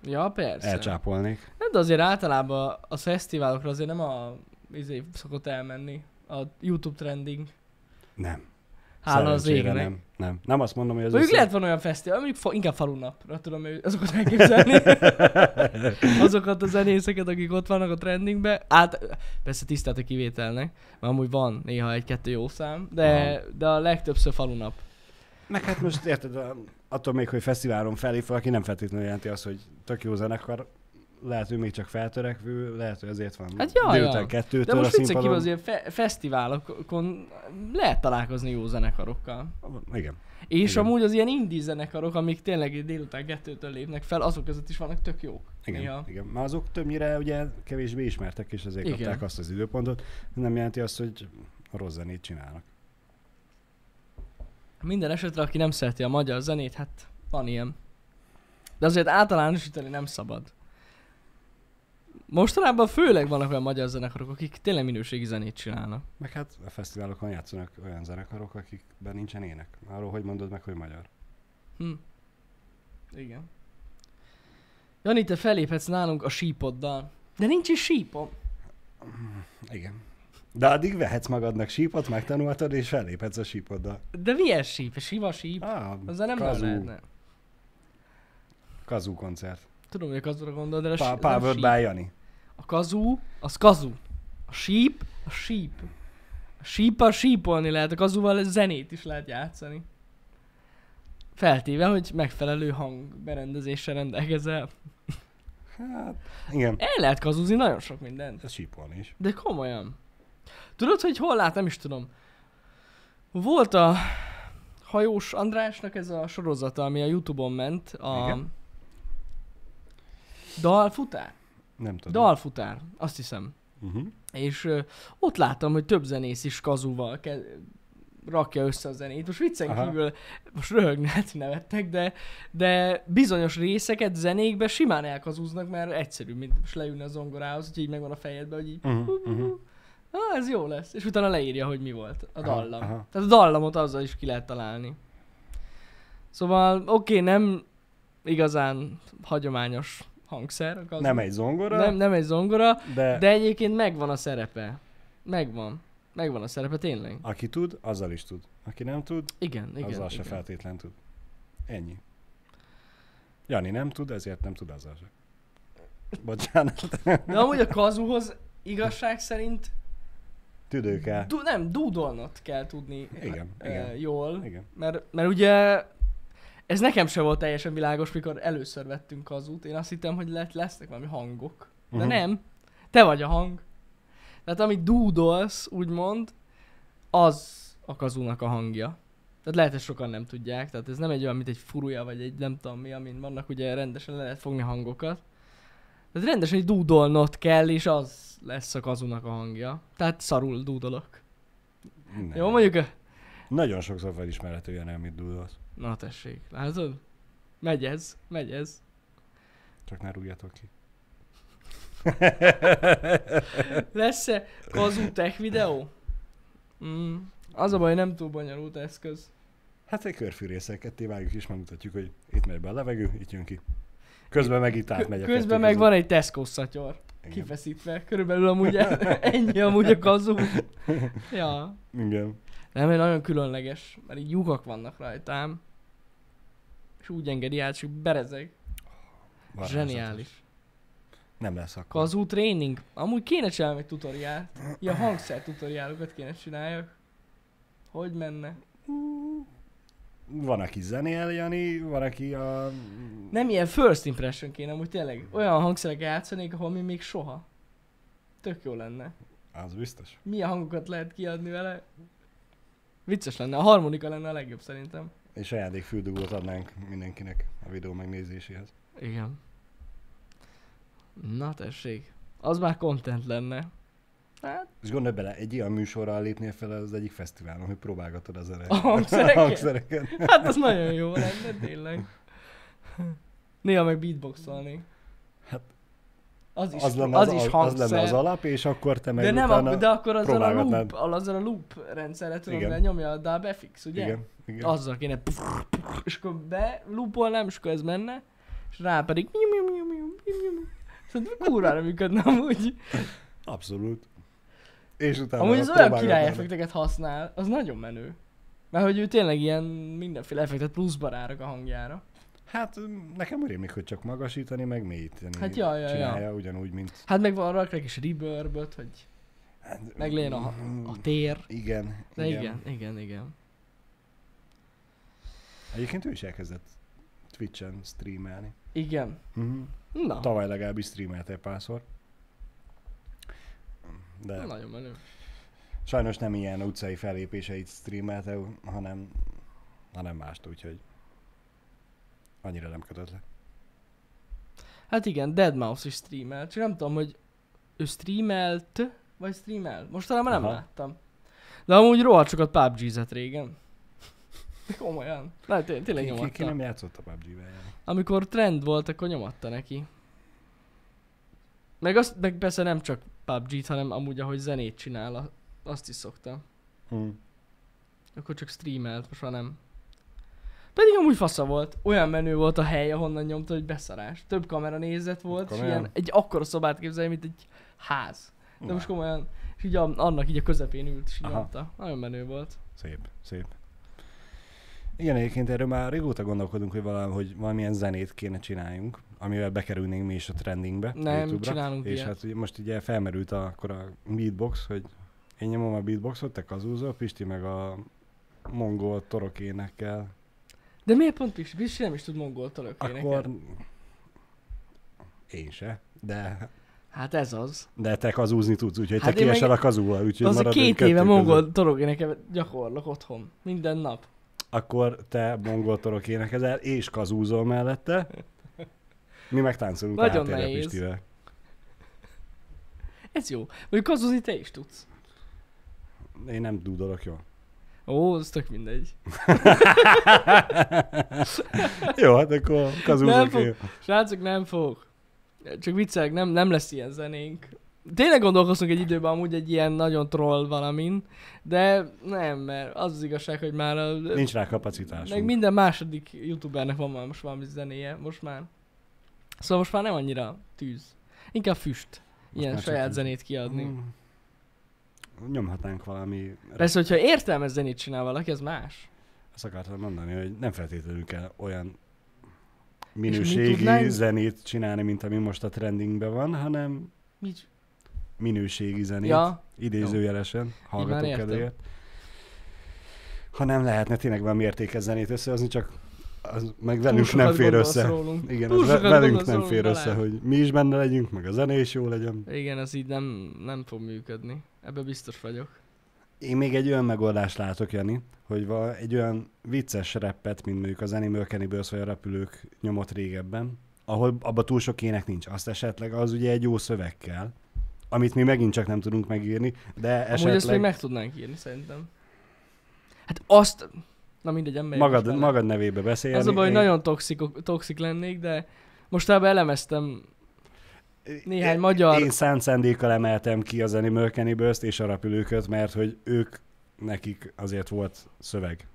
[SPEAKER 1] Ja, persze.
[SPEAKER 2] elcsápolnék.
[SPEAKER 1] Nem, de azért általában a fesztiválokra azért nem a izé szokott elmenni. A YouTube trending.
[SPEAKER 2] Nem.
[SPEAKER 1] Hála az
[SPEAKER 2] Szerencsére
[SPEAKER 1] égnek. Nem.
[SPEAKER 2] nem, nem. Nem azt mondom, hogy az
[SPEAKER 1] Mondjuk
[SPEAKER 2] összes-
[SPEAKER 1] lehet van olyan fesztivál, mondjuk fa, inkább falunapra tudom ő- azokat elképzelni. Azokat a zenészeket, akik ott vannak a trendingben. Át, persze tisztelt a kivételnek, mert amúgy van néha egy-kettő jó szám, de, de a legtöbbször falunap.
[SPEAKER 2] Meg hát most érted, a- attól még, hogy fesztiválon felé fel, aki nem feltétlenül jelenti azt, hogy tök jó zenekar, lehet, hogy még csak feltörekvő, lehet, hogy ezért van
[SPEAKER 1] Hát ja,
[SPEAKER 2] délután
[SPEAKER 1] ja.
[SPEAKER 2] kettőtől
[SPEAKER 1] De
[SPEAKER 2] a
[SPEAKER 1] most viccen kívül
[SPEAKER 2] színpadon.
[SPEAKER 1] azért fe- fesztiválokon lehet találkozni jó zenekarokkal.
[SPEAKER 2] Igen.
[SPEAKER 1] És
[SPEAKER 2] Igen.
[SPEAKER 1] amúgy az ilyen indie zenekarok, amik tényleg így délután kettőtől lépnek fel, azok között is vannak tök jók.
[SPEAKER 2] Igen,
[SPEAKER 1] Néha.
[SPEAKER 2] igen. Már azok többnyire ugye kevésbé ismertek, és ezért
[SPEAKER 1] Igen.
[SPEAKER 2] igen. kapták azt az időpontot. Nem jelenti azt, hogy rossz zenét csinálnak.
[SPEAKER 1] Minden esetre, aki nem szereti a magyar zenét, hát van ilyen. De azért általánosítani nem szabad. Mostanában főleg vannak olyan magyar zenekarok, akik tényleg minőségi zenét csinálnak.
[SPEAKER 2] Meg hát a fesztiválokon játszanak olyan zenekarok, akikben nincsen ének. Arról hogy mondod meg, hogy magyar?
[SPEAKER 1] Hm. Igen. Jani, te feléphetsz nálunk a sípoddal. De nincs is sípom.
[SPEAKER 2] Igen. De addig vehetsz magadnak sípot, megtanultad, és felléphetsz a sípoddal.
[SPEAKER 1] De milyen síp? Sima síp?
[SPEAKER 2] Ah,
[SPEAKER 1] Azzal nem
[SPEAKER 2] kazú,
[SPEAKER 1] lehetne.
[SPEAKER 2] kazú koncert.
[SPEAKER 1] Tudom, hogy a kazura gondol, de a,
[SPEAKER 2] Pa-
[SPEAKER 1] sí- nem
[SPEAKER 2] Powered
[SPEAKER 1] síp.
[SPEAKER 2] by Jani.
[SPEAKER 1] A kazú, az kazú. A síp, a síp. A sípa sípolni lehet, a kazúval zenét is lehet játszani. Feltéve, hogy megfelelő hangberendezéssel rendelkezel.
[SPEAKER 2] Hát, igen.
[SPEAKER 1] El lehet kazuzni nagyon sok mindent.
[SPEAKER 2] Ez sípolni is.
[SPEAKER 1] De komolyan. Tudod, hogy hol lát? Nem is tudom. Volt a hajós Andrásnak ez a sorozata, ami a Youtube-on ment. A...
[SPEAKER 2] Igen.
[SPEAKER 1] Dalfutár?
[SPEAKER 2] Nem tudom.
[SPEAKER 1] Dalfutár, azt hiszem.
[SPEAKER 2] Uh-huh.
[SPEAKER 1] És ö, ott láttam, hogy több zenész is kazúval ke- rakja össze a zenét. Most viccen
[SPEAKER 2] Aha.
[SPEAKER 1] Aha. kívül, most röhögnek, nevettek, de, de bizonyos részeket zenékbe simán elkazúznak, mert egyszerű, mint most leülni a zongorához, hogy így megvan a fejedbe, hogy így
[SPEAKER 2] Uh-huh, uh-huh.
[SPEAKER 1] ah, ez jó lesz. És utána leírja, hogy mi volt a
[SPEAKER 2] Aha,
[SPEAKER 1] dallam.
[SPEAKER 2] aha.
[SPEAKER 1] Tehát a dallamot azzal is ki lehet találni. Szóval, oké, okay, nem igazán hagyományos hangszer. a gazda.
[SPEAKER 2] Nem egy zongora,
[SPEAKER 1] nem, nem egy zongora,
[SPEAKER 2] de, de
[SPEAKER 1] de egyébként megvan a szerepe. Megvan. Megvan a szerepe, tényleg.
[SPEAKER 2] aki tud, azzal is tud. Aki nem tud,
[SPEAKER 1] Igen, igen.
[SPEAKER 2] igen, azzal se
[SPEAKER 1] igen.
[SPEAKER 2] feltétlen tud. Ennyi. Jani nem tud, ezért nem tud azzal se. Bocsánat,
[SPEAKER 1] De amúgy a kazuhoz igazság szerint
[SPEAKER 2] tüdő kell.
[SPEAKER 1] du- nem, dúdolnot kell tudni
[SPEAKER 2] Igen,
[SPEAKER 1] eh,
[SPEAKER 2] igen.
[SPEAKER 1] jól.
[SPEAKER 2] Igen.
[SPEAKER 1] Mert, mert ugye ez nekem sem volt teljesen világos, mikor először vettünk kazut. Én azt hittem, hogy lett, lesznek valami hangok. De
[SPEAKER 2] Mhm.
[SPEAKER 1] uh-huh. nem. Te vagy a hang. Tehát amit dúdolsz, úgymond, az a kazúnak a hangja. Tehát lehet, hogy sokan nem tudják, tehát ez nem egy olyan, mint egy furuja, vagy egy nem tudom mi, amin vannak, ugye rendesen le lehet fogni hangokat. Tehát rendesen egy dúdolnot kell, és az lesz a kazunak a hangja. Tehát szarul dúdolok.
[SPEAKER 2] Nem.
[SPEAKER 1] Jó, mondjuk a
[SPEAKER 2] Nagyon sokszor felismerhető ilyen, amit dúlott.
[SPEAKER 1] Na tessék, látod? Megy ez, megy ez.
[SPEAKER 2] Csak ne rúgjatok ki.
[SPEAKER 1] Lesz-e Kazú Tech videó? Mm. Az a baj, nem túl bonyolult eszköz.
[SPEAKER 2] Hát egy körfűrészek, ketté vágjuk és megmutatjuk, hogy itt megy be a levegő, itt jön ki. Közben meg itt
[SPEAKER 1] Kö-
[SPEAKER 2] átmegy a
[SPEAKER 1] közben
[SPEAKER 2] kettő
[SPEAKER 1] meg
[SPEAKER 2] között.
[SPEAKER 1] van egy Tesco szatyor,
[SPEAKER 2] Igen.
[SPEAKER 1] kifeszítve. Körülbelül amúgy el- ennyi amúgy a Kazú. ja.
[SPEAKER 2] Igen.
[SPEAKER 1] Nem, mert nagyon különleges, mert így lyukak vannak rajtám. És úgy engedi át, csak berezeg.
[SPEAKER 2] Varázslatos.
[SPEAKER 1] Zseniális.
[SPEAKER 2] Nem lesz akkor.
[SPEAKER 1] Kazú tréning. Amúgy kéne csinálni egy tutoriált. Ilyen hangszer tutoriálokat kéne csináljak. Hogy menne?
[SPEAKER 2] Van, aki zenél, Jani, van, aki a...
[SPEAKER 1] Nem ilyen first impression kéne, amúgy tényleg olyan hangszerek játszanék, ahol mi még soha. Tök jó lenne.
[SPEAKER 2] Az biztos.
[SPEAKER 1] Milyen hangokat lehet kiadni vele? Vicces lenne, a harmonika lenne a legjobb szerintem.
[SPEAKER 2] És ajándék füldugót adnánk mindenkinek a videó megnézéséhez.
[SPEAKER 1] Igen. Na tessék, az már content lenne. Hát,
[SPEAKER 2] És gondolj bele, egy ilyen műsorral lépnél fel az egyik fesztiválon, hogy próbálgatod az zenét.
[SPEAKER 1] A hangszereket?
[SPEAKER 2] A hangszereket.
[SPEAKER 1] hát az nagyon jó lenne, tényleg. Néha meg beatboxolni.
[SPEAKER 2] Hát,
[SPEAKER 1] Az is,
[SPEAKER 2] az, lenne
[SPEAKER 1] az,
[SPEAKER 2] az,
[SPEAKER 1] is
[SPEAKER 2] az,
[SPEAKER 1] hangszer.
[SPEAKER 2] lenne az alap, és akkor te meg
[SPEAKER 1] de, nem,
[SPEAKER 2] utána...
[SPEAKER 1] ak- de akkor azzal a
[SPEAKER 2] próbálgatnád.
[SPEAKER 1] loop, azzal a loop rendszerre tudod,
[SPEAKER 2] Igen.
[SPEAKER 1] mert nyomja a dub FX, ugye?
[SPEAKER 2] Igen, igen. Az...
[SPEAKER 1] Azzal kéne és akkor belúpolnám, és akkor ez menne, és rá pedig Szerintem Szóval kurvára működne amúgy.
[SPEAKER 2] Abszolút. És utána
[SPEAKER 1] Amúgy az olyan
[SPEAKER 2] próbálgatnád.
[SPEAKER 1] király effekteket használ, az nagyon menő. Mert hogy ő tényleg ilyen mindenféle effektet pluszba rárak a hangjára.
[SPEAKER 2] Hát nekem úgy rémlik, hogy csak magasítani, meg mélyíteni.
[SPEAKER 1] Hát ja, ja, ja.
[SPEAKER 2] Csinálja ugyanúgy, mint...
[SPEAKER 1] Hát meg van raknak is reverb hogy
[SPEAKER 2] Hát,
[SPEAKER 1] meg legyen a,
[SPEAKER 2] Mm,
[SPEAKER 1] a tér.
[SPEAKER 2] Hmm. Igen,
[SPEAKER 1] De igen, igen, igen.
[SPEAKER 2] Egyébként ő is elkezdett Twitch-en streamelni.
[SPEAKER 1] Igen.
[SPEAKER 2] Mm-hmm.
[SPEAKER 1] Na,
[SPEAKER 2] Tavaly legalábbis streamelt egy párszor. De
[SPEAKER 1] nagyon menő.
[SPEAKER 2] sajnos nem ilyen utcai fellépéseit streamelte, hanem, hanem mást, úgyhogy annyira nem kötött le.
[SPEAKER 1] Hát igen, Deadmau5 is streamel, csak nem tudom, hogy ő streamelt, vagy streamel. Mostanában nem
[SPEAKER 2] Aha.
[SPEAKER 1] láttam. De amúgy rohadt sokat PUBG-zett régen. De komolyan. Na, té- tényleg
[SPEAKER 2] Ki, ki, ki
[SPEAKER 1] nyomatta.
[SPEAKER 2] nem játszott a PUBG-vel? Jani?
[SPEAKER 1] Amikor trend volt, akkor nyomatta neki. Meg, azt, meg persze nem csak PUBG-t, hanem amúgy ahogy zenét csinál, a- azt is szokta.
[SPEAKER 2] Mm.
[SPEAKER 1] Akkor csak streamelt, most már nem. Pedig amúgy fasza volt. Olyan menő volt a hely, ahonnan nyomta, hogy beszarás. Több kamera nézet volt, és
[SPEAKER 2] Komolyan?
[SPEAKER 1] ilyen, egy akkora szobát képzelj, mint egy ház. De
[SPEAKER 2] Na,
[SPEAKER 1] most komolyan, és így a, annak így a közepén ült, és így
[SPEAKER 2] Aha.
[SPEAKER 1] nyomta. Nagyon menő volt.
[SPEAKER 2] Szép, szép. Igen, egyébként erről már régóta gondolkodunk, hogy valahogy valamilyen zenét kéne csináljunk, amivel bekerülnénk mi is a trendingbe. a
[SPEAKER 1] Nem,
[SPEAKER 2] YouTube-ra.
[SPEAKER 1] csinálunk
[SPEAKER 2] És
[SPEAKER 1] ilyet.
[SPEAKER 2] hát ugye most ugye felmerült a, akkor a beatbox, hogy én nyomom a beatboxot, te kazúzol, Pisti meg a mongol torok énekel.
[SPEAKER 1] De miért pont Pisti? Pisti nem is tud mongol török
[SPEAKER 2] Akkor én se, de,
[SPEAKER 1] Hát ez az.
[SPEAKER 2] de te kazúzni tudsz, úgyhogy
[SPEAKER 1] Hát
[SPEAKER 2] te
[SPEAKER 1] én meg-
[SPEAKER 2] kiesel a kazúval, úgyhogy
[SPEAKER 1] Az a
[SPEAKER 2] maradunk
[SPEAKER 1] két
[SPEAKER 2] kettő
[SPEAKER 1] éve
[SPEAKER 2] között.
[SPEAKER 1] mongol torok éneket gyakorlok otthon. Minden nap.
[SPEAKER 2] Akkor te mongol torok énekezel, és kazúzol mellette. Mi meg táncolunk
[SPEAKER 1] Nagyon
[SPEAKER 2] a háttérre
[SPEAKER 1] nehéz.
[SPEAKER 2] Pistivel.
[SPEAKER 1] Ez jó. Mondjuk kazuzni te is tudsz.
[SPEAKER 2] Én nem dúdolok, jó?
[SPEAKER 1] Ó, az tök mindegy.
[SPEAKER 2] Jó, hát akkor
[SPEAKER 1] Nem
[SPEAKER 2] kazúzok
[SPEAKER 1] fog.
[SPEAKER 2] én.
[SPEAKER 1] Srácok, nem fog. Csak viccelek, nem, nem lesz ilyen zenénk. Tényleg gondolkoztunk egy időben amúgy egy ilyen nagyon troll valamin, de nem, mert az az igazság, hogy már a,
[SPEAKER 2] Nincs rá kapacitásunk.
[SPEAKER 1] meg minden második youtubernek van már most valami zenéje, most már. Szóval most már nem annyira tűz. Inkább füst.
[SPEAKER 2] Most
[SPEAKER 1] Ilyen
[SPEAKER 2] már csak
[SPEAKER 1] saját
[SPEAKER 2] így.
[SPEAKER 1] zenét kiadni.
[SPEAKER 2] Mm. Nyomhatnánk valami...
[SPEAKER 1] Persze, hogyha értelmes zenét csinál valaki, az más.
[SPEAKER 2] Ezt akartam mondani, hogy nem feltétlenül kell olyan
[SPEAKER 1] mi
[SPEAKER 2] minőségi
[SPEAKER 1] tudnánk?
[SPEAKER 2] zenét csinálni, mint ami most a trendingben van, hanem
[SPEAKER 1] Mit?
[SPEAKER 2] minőségi zenét, ja.
[SPEAKER 1] Ja,
[SPEAKER 2] idézőjelesen, hallgatók
[SPEAKER 1] értem.
[SPEAKER 2] kedvéért. Hanem lehetne tényleg valami értékes zenét összehozni, csak az meg velünk
[SPEAKER 1] túl sokat
[SPEAKER 2] nem fér
[SPEAKER 1] gondolsz
[SPEAKER 2] össze.
[SPEAKER 1] Rólunk.
[SPEAKER 2] Igen,
[SPEAKER 1] Túl
[SPEAKER 2] az ve-
[SPEAKER 1] sokat
[SPEAKER 2] velünk
[SPEAKER 1] gondolsz
[SPEAKER 2] nem
[SPEAKER 1] rólunk,
[SPEAKER 2] fér
[SPEAKER 1] Balázs.
[SPEAKER 2] össze, hogy mi is benne legyünk, meg a zene is jó legyen.
[SPEAKER 1] Igen, ez így nem, nem fog működni. Ebbe biztos vagyok.
[SPEAKER 2] Én még egy olyan megoldást látok, Jani, hogy van egy olyan vicces rappet, mint mondjuk az Animal Cannibals vagy a repülők nyomott régebben, ahol abba túl sok ének nincs. Azt esetleg az ugye egy jó szöveg kell, amit mi megint csak nem tudunk megírni, de
[SPEAKER 1] Esetleg... Amúgy ezt még
[SPEAKER 2] esetleg
[SPEAKER 1] meg tudnánk írni, szerintem. Hát azt... Na mindegy, ember.
[SPEAKER 2] magad, magad nevébe beszélni.
[SPEAKER 1] Az a baj,
[SPEAKER 2] Én-
[SPEAKER 1] hogy nagyon toxik, toxik lennék, de mostában elemeztem néhány
[SPEAKER 2] én-
[SPEAKER 1] magyar-
[SPEAKER 2] Én szánt szándékkal emeltem ki az Animal Cannibals-t és a repülőköt, mert hogy ők nekik azért volt szöveg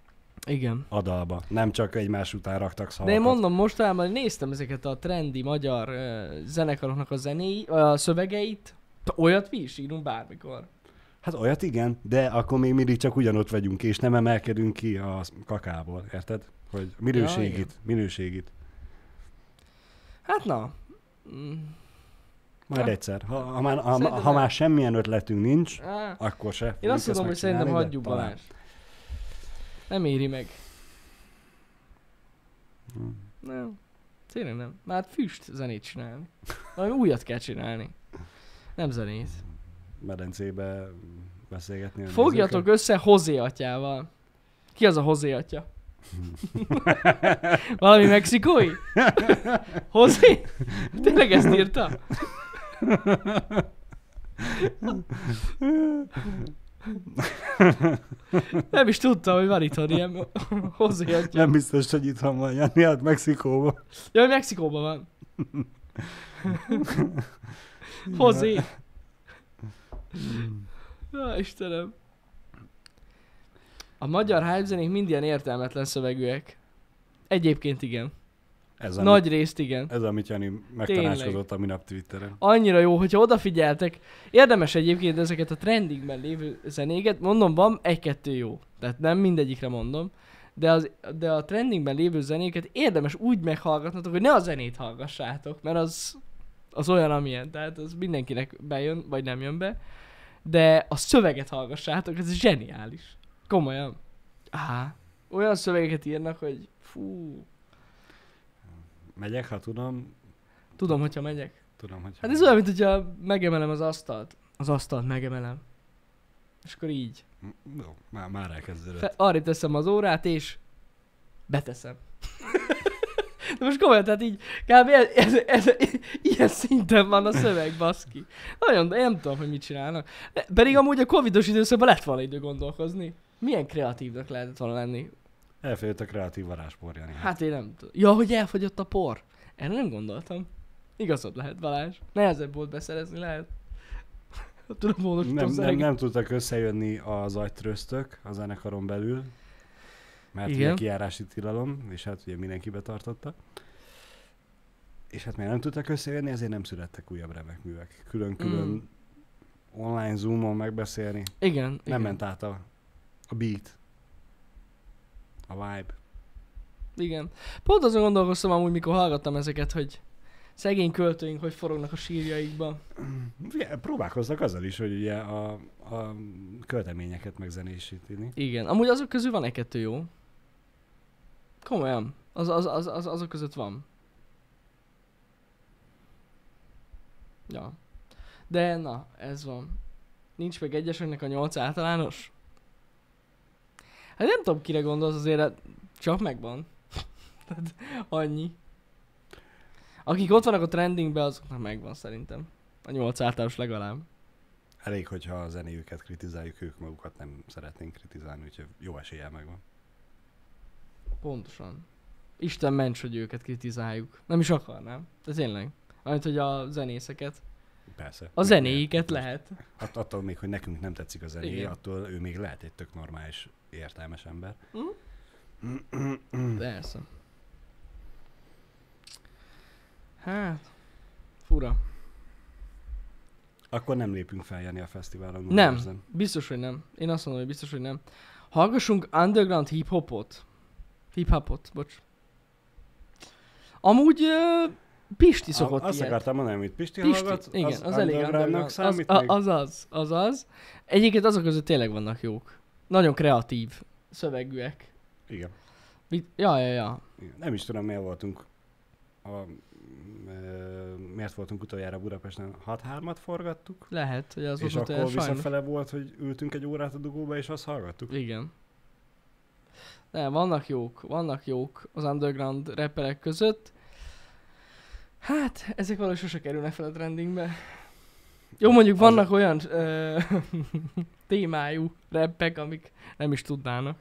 [SPEAKER 1] Igen.
[SPEAKER 2] adalba. Nem csak egymás után raktak
[SPEAKER 1] De
[SPEAKER 2] szavakat.
[SPEAKER 1] én mondom, mostában néztem ezeket a trendi magyar uh, zenekaroknak a zenéi, a szövegeit. T- Olyat mi is írunk bármikor.
[SPEAKER 2] Hát olyat igen, de akkor még mindig csak ugyanott vagyunk, és nem emelkedünk ki a kakából, érted? Hogy minőségit,
[SPEAKER 1] Ja, igen.
[SPEAKER 2] ja, minőségit.
[SPEAKER 1] Hát na. Mm,
[SPEAKER 2] Majd
[SPEAKER 1] Ja.
[SPEAKER 2] egyszer. Ha, ha, már, ha,
[SPEAKER 1] Szerintem
[SPEAKER 2] ha
[SPEAKER 1] nem.
[SPEAKER 2] már semmilyen ötletünk nincs,
[SPEAKER 1] á,
[SPEAKER 2] akkor se.
[SPEAKER 1] én
[SPEAKER 2] fogjuk
[SPEAKER 1] azt
[SPEAKER 2] ezt
[SPEAKER 1] tudom, hogy
[SPEAKER 2] megcsinálni,
[SPEAKER 1] szerintem
[SPEAKER 2] de
[SPEAKER 1] hagyjuk
[SPEAKER 2] talán.
[SPEAKER 1] Balázs. Nem éri meg.
[SPEAKER 2] Hmm.
[SPEAKER 1] Nem. Tényleg nem. Már füst zenét csinálni. Valami újat kell csinálni. Nem zenét.
[SPEAKER 2] Medencébe beszélgetni. a
[SPEAKER 1] Fogjatok össze Hozé atyával. Ki az a Hozé atya? Valami mexikói? Hozé? Tényleg ezt írta? Nem is tudtam, hogy van itthon ilyen Hozé
[SPEAKER 2] nézőket.
[SPEAKER 1] atya.
[SPEAKER 2] Nem biztos, hogy itthon van Jani, hát Mexikóban.
[SPEAKER 1] Ja, hogy Mexikóban van. Hozé. Na, Istenem. A magyar hype zenék mind ilyen értelmetlen szövegűek. Egyébként igen.
[SPEAKER 2] Ez,
[SPEAKER 1] Ez
[SPEAKER 2] Nagy... amit,
[SPEAKER 1] Nagy részt igen.
[SPEAKER 2] ez amit Jani megtanácskozott a minap Twitteren.
[SPEAKER 1] Annyira jó, hogyha odafigyeltek. Érdemes egyébként ezeket a trendingben lévő zenéket, mondom, van egy-kettő jó. Tehát nem mindegyikre mondom. De, az, de a trendingben lévő zenéket érdemes úgy meghallgatnatok, hogy ne a zenét hallgassátok, mert az, az olyan, amilyen. Tehát az mindenkinek bejön, vagy nem jön be. De a szöveget hallgassátok, ez zseniális. Komolyan. Á, olyan szövegeket írnak, hogy fú,
[SPEAKER 2] Megyek, ha tudom,
[SPEAKER 1] tudom, hogyha megyek.
[SPEAKER 2] tudom, hogy...
[SPEAKER 1] Hát ez olyan, mint hogyha megemelem az asztalt. Az asztalt megemelem. És akkor így.
[SPEAKER 2] Jó, már, már elkezdődött.
[SPEAKER 1] Fe, arra teszem az órát, és beteszem. De most komolyan, tehát így kb. Ez, ez, ez, ilyen szinten van a szöveg, baszki. Nagyon, de én nem tudom, hogy mit csinálnak. De- Pedig amúgy a covidos időszakban lett volna idő gondolkozni. Milyen kreatívnak lehetett volna lenni.
[SPEAKER 2] Elfogyott a kreatív varázspor, Jani. Hát,
[SPEAKER 1] Hát én nem tudom. Ja, hogy elfogyott a por. Erre nem gondoltam. Igazad lehet, Balázs. Nehezebb volt beszerezni, lehet. Tudom, módosítom
[SPEAKER 2] nem, nem,
[SPEAKER 1] szöveget.
[SPEAKER 2] nem tudtak összejönni az agytröztök a zenekaron belül, mert Igen. ugye
[SPEAKER 1] Igen.
[SPEAKER 2] kijárási tilalom, és hát ugye mindenki betartotta. És hát még nem tudtak összejönni, ezért nem születtek újabb remek művek. Külön-külön
[SPEAKER 1] Mm.
[SPEAKER 2] online zoomon megbeszélni. Igen.
[SPEAKER 1] Igen. Nem igen.
[SPEAKER 2] Nem ment át a, a beat, a vibe.
[SPEAKER 1] Igen. Pont azon gondolkoztam amúgy, mikor hallgattam ezeket, hogy szegény költőink hogy forognak a sírjaikba.
[SPEAKER 2] Ugye, próbálkoznak azzal is, hogy ugye a, a költeményeket megzenésíteni.
[SPEAKER 1] Igen. Amúgy azok közül van egy-kettő jó. Komolyan. Az, az, az, az, azok között van. Ja. De na, ez van. Nincs meg egyeseknek a nyolc általános? Hát nem tudom, kire gondolsz azért, hát csak megvan. Tehát annyi. Akik ott vannak a trendingben, azoknak megvan szerintem. A nyolc általános legalább.
[SPEAKER 2] Elég, hogyha a zenéjüket kritizáljuk, ők magukat nem szeretnénk kritizálni, úgyhogy jó eséllyel megvan.
[SPEAKER 1] Pontosan. Isten ments, hogy őket kritizáljuk. Nem is akarnám. De tényleg. Amit, hogy a zenészeket.
[SPEAKER 2] Persze.
[SPEAKER 1] A zenéiket lehet.
[SPEAKER 2] At- attól még, hogy nekünk nem tetszik a zenéje,
[SPEAKER 1] Igen.
[SPEAKER 2] attól ő még lehet egy tök normális, értelmes ember.
[SPEAKER 1] Persze. Hát, fura.
[SPEAKER 2] Akkor nem lépünk fel Jani a fesztiválon. úgy
[SPEAKER 1] Nem.
[SPEAKER 2] érzem.
[SPEAKER 1] Biztos, hogy nem. Én azt mondom, hogy biztos, hogy nem. Hallgassunk underground hip-hopot. Hip-hopot, bocs. Amúgy uh, Pisti szokott
[SPEAKER 2] A- Azt
[SPEAKER 1] ilyet.
[SPEAKER 2] akartam mondani, amit Pisti,
[SPEAKER 1] Pisti,
[SPEAKER 2] hallgat,
[SPEAKER 1] igen, az, az elég
[SPEAKER 2] undergroundnak
[SPEAKER 1] underground. Az,
[SPEAKER 2] számít
[SPEAKER 1] a-
[SPEAKER 2] még?
[SPEAKER 1] az az, az az. Egyébként azok között tényleg vannak jók. Nagyon kreatív szövegűek.
[SPEAKER 2] Igen.
[SPEAKER 1] Mit- Ja, ja, ja.
[SPEAKER 2] Igen. Nem is tudom, miért voltunk a, ö, miért voltunk utoljára Budapesten? 6-3-at forgattuk?
[SPEAKER 1] Lehet, hogy az
[SPEAKER 2] és
[SPEAKER 1] volt
[SPEAKER 2] akkor
[SPEAKER 1] olyan sajnos.
[SPEAKER 2] visszafele volt, hogy ültünk egy órát a dugóba, és azt hallgattuk.
[SPEAKER 1] Igen. De vannak jók, vannak jók az underground rapperek között. Hát, ezek valahogy sose kerülnek fel a trendingbe. Jó, mondjuk vannak olyan ö, témájú rappek, amik nem is tudnának.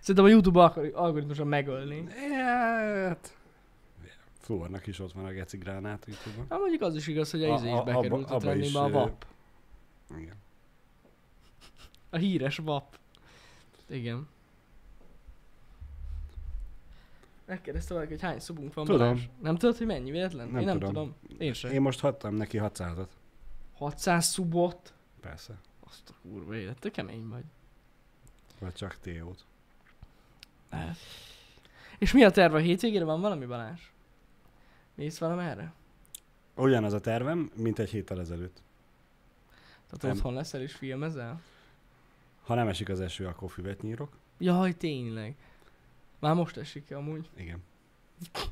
[SPEAKER 1] Szerintem a YouTube alkori- algoritmusan megölni.
[SPEAKER 2] Hát... Flóarnak is ott van a geci gránát YouTube-on.
[SPEAKER 1] Hát mondjuk az is igaz, hogy
[SPEAKER 2] A-
[SPEAKER 1] a, izé is
[SPEAKER 2] a- abba-
[SPEAKER 1] bekerült a,
[SPEAKER 2] abba
[SPEAKER 1] trendingbe,
[SPEAKER 2] is,
[SPEAKER 1] a
[SPEAKER 2] ö,
[SPEAKER 1] VAP.
[SPEAKER 2] Igen.
[SPEAKER 1] A híres vap. Igen. Megkérdezte valaki, hogy hány szobunk van
[SPEAKER 2] Tudom.
[SPEAKER 1] Balázs? Nem tudod, hogy mennyi véletlen?
[SPEAKER 2] Nem
[SPEAKER 1] Én nem
[SPEAKER 2] tudom.
[SPEAKER 1] tudom. Én sem.
[SPEAKER 2] Én most hattam neki 600-at.
[SPEAKER 1] 600 szubot?
[SPEAKER 2] Persze.
[SPEAKER 1] Azt a kurva élet, te kemény vagy.
[SPEAKER 2] Vagy csak T.O.-t. Hát.
[SPEAKER 1] És mi a terve a hétvégére? Van valami Balázs? Mész velem erre?
[SPEAKER 2] Ugyanaz a tervem, mint egy héttel ezelőtt.
[SPEAKER 1] Tehát
[SPEAKER 2] Nem.
[SPEAKER 1] otthon leszel és filmezel?
[SPEAKER 2] Ha nem esik az eső, akkor füvet nyírok.
[SPEAKER 1] Jaj, tényleg. Már most esik ki amúgy.
[SPEAKER 2] Igen.
[SPEAKER 1] Nem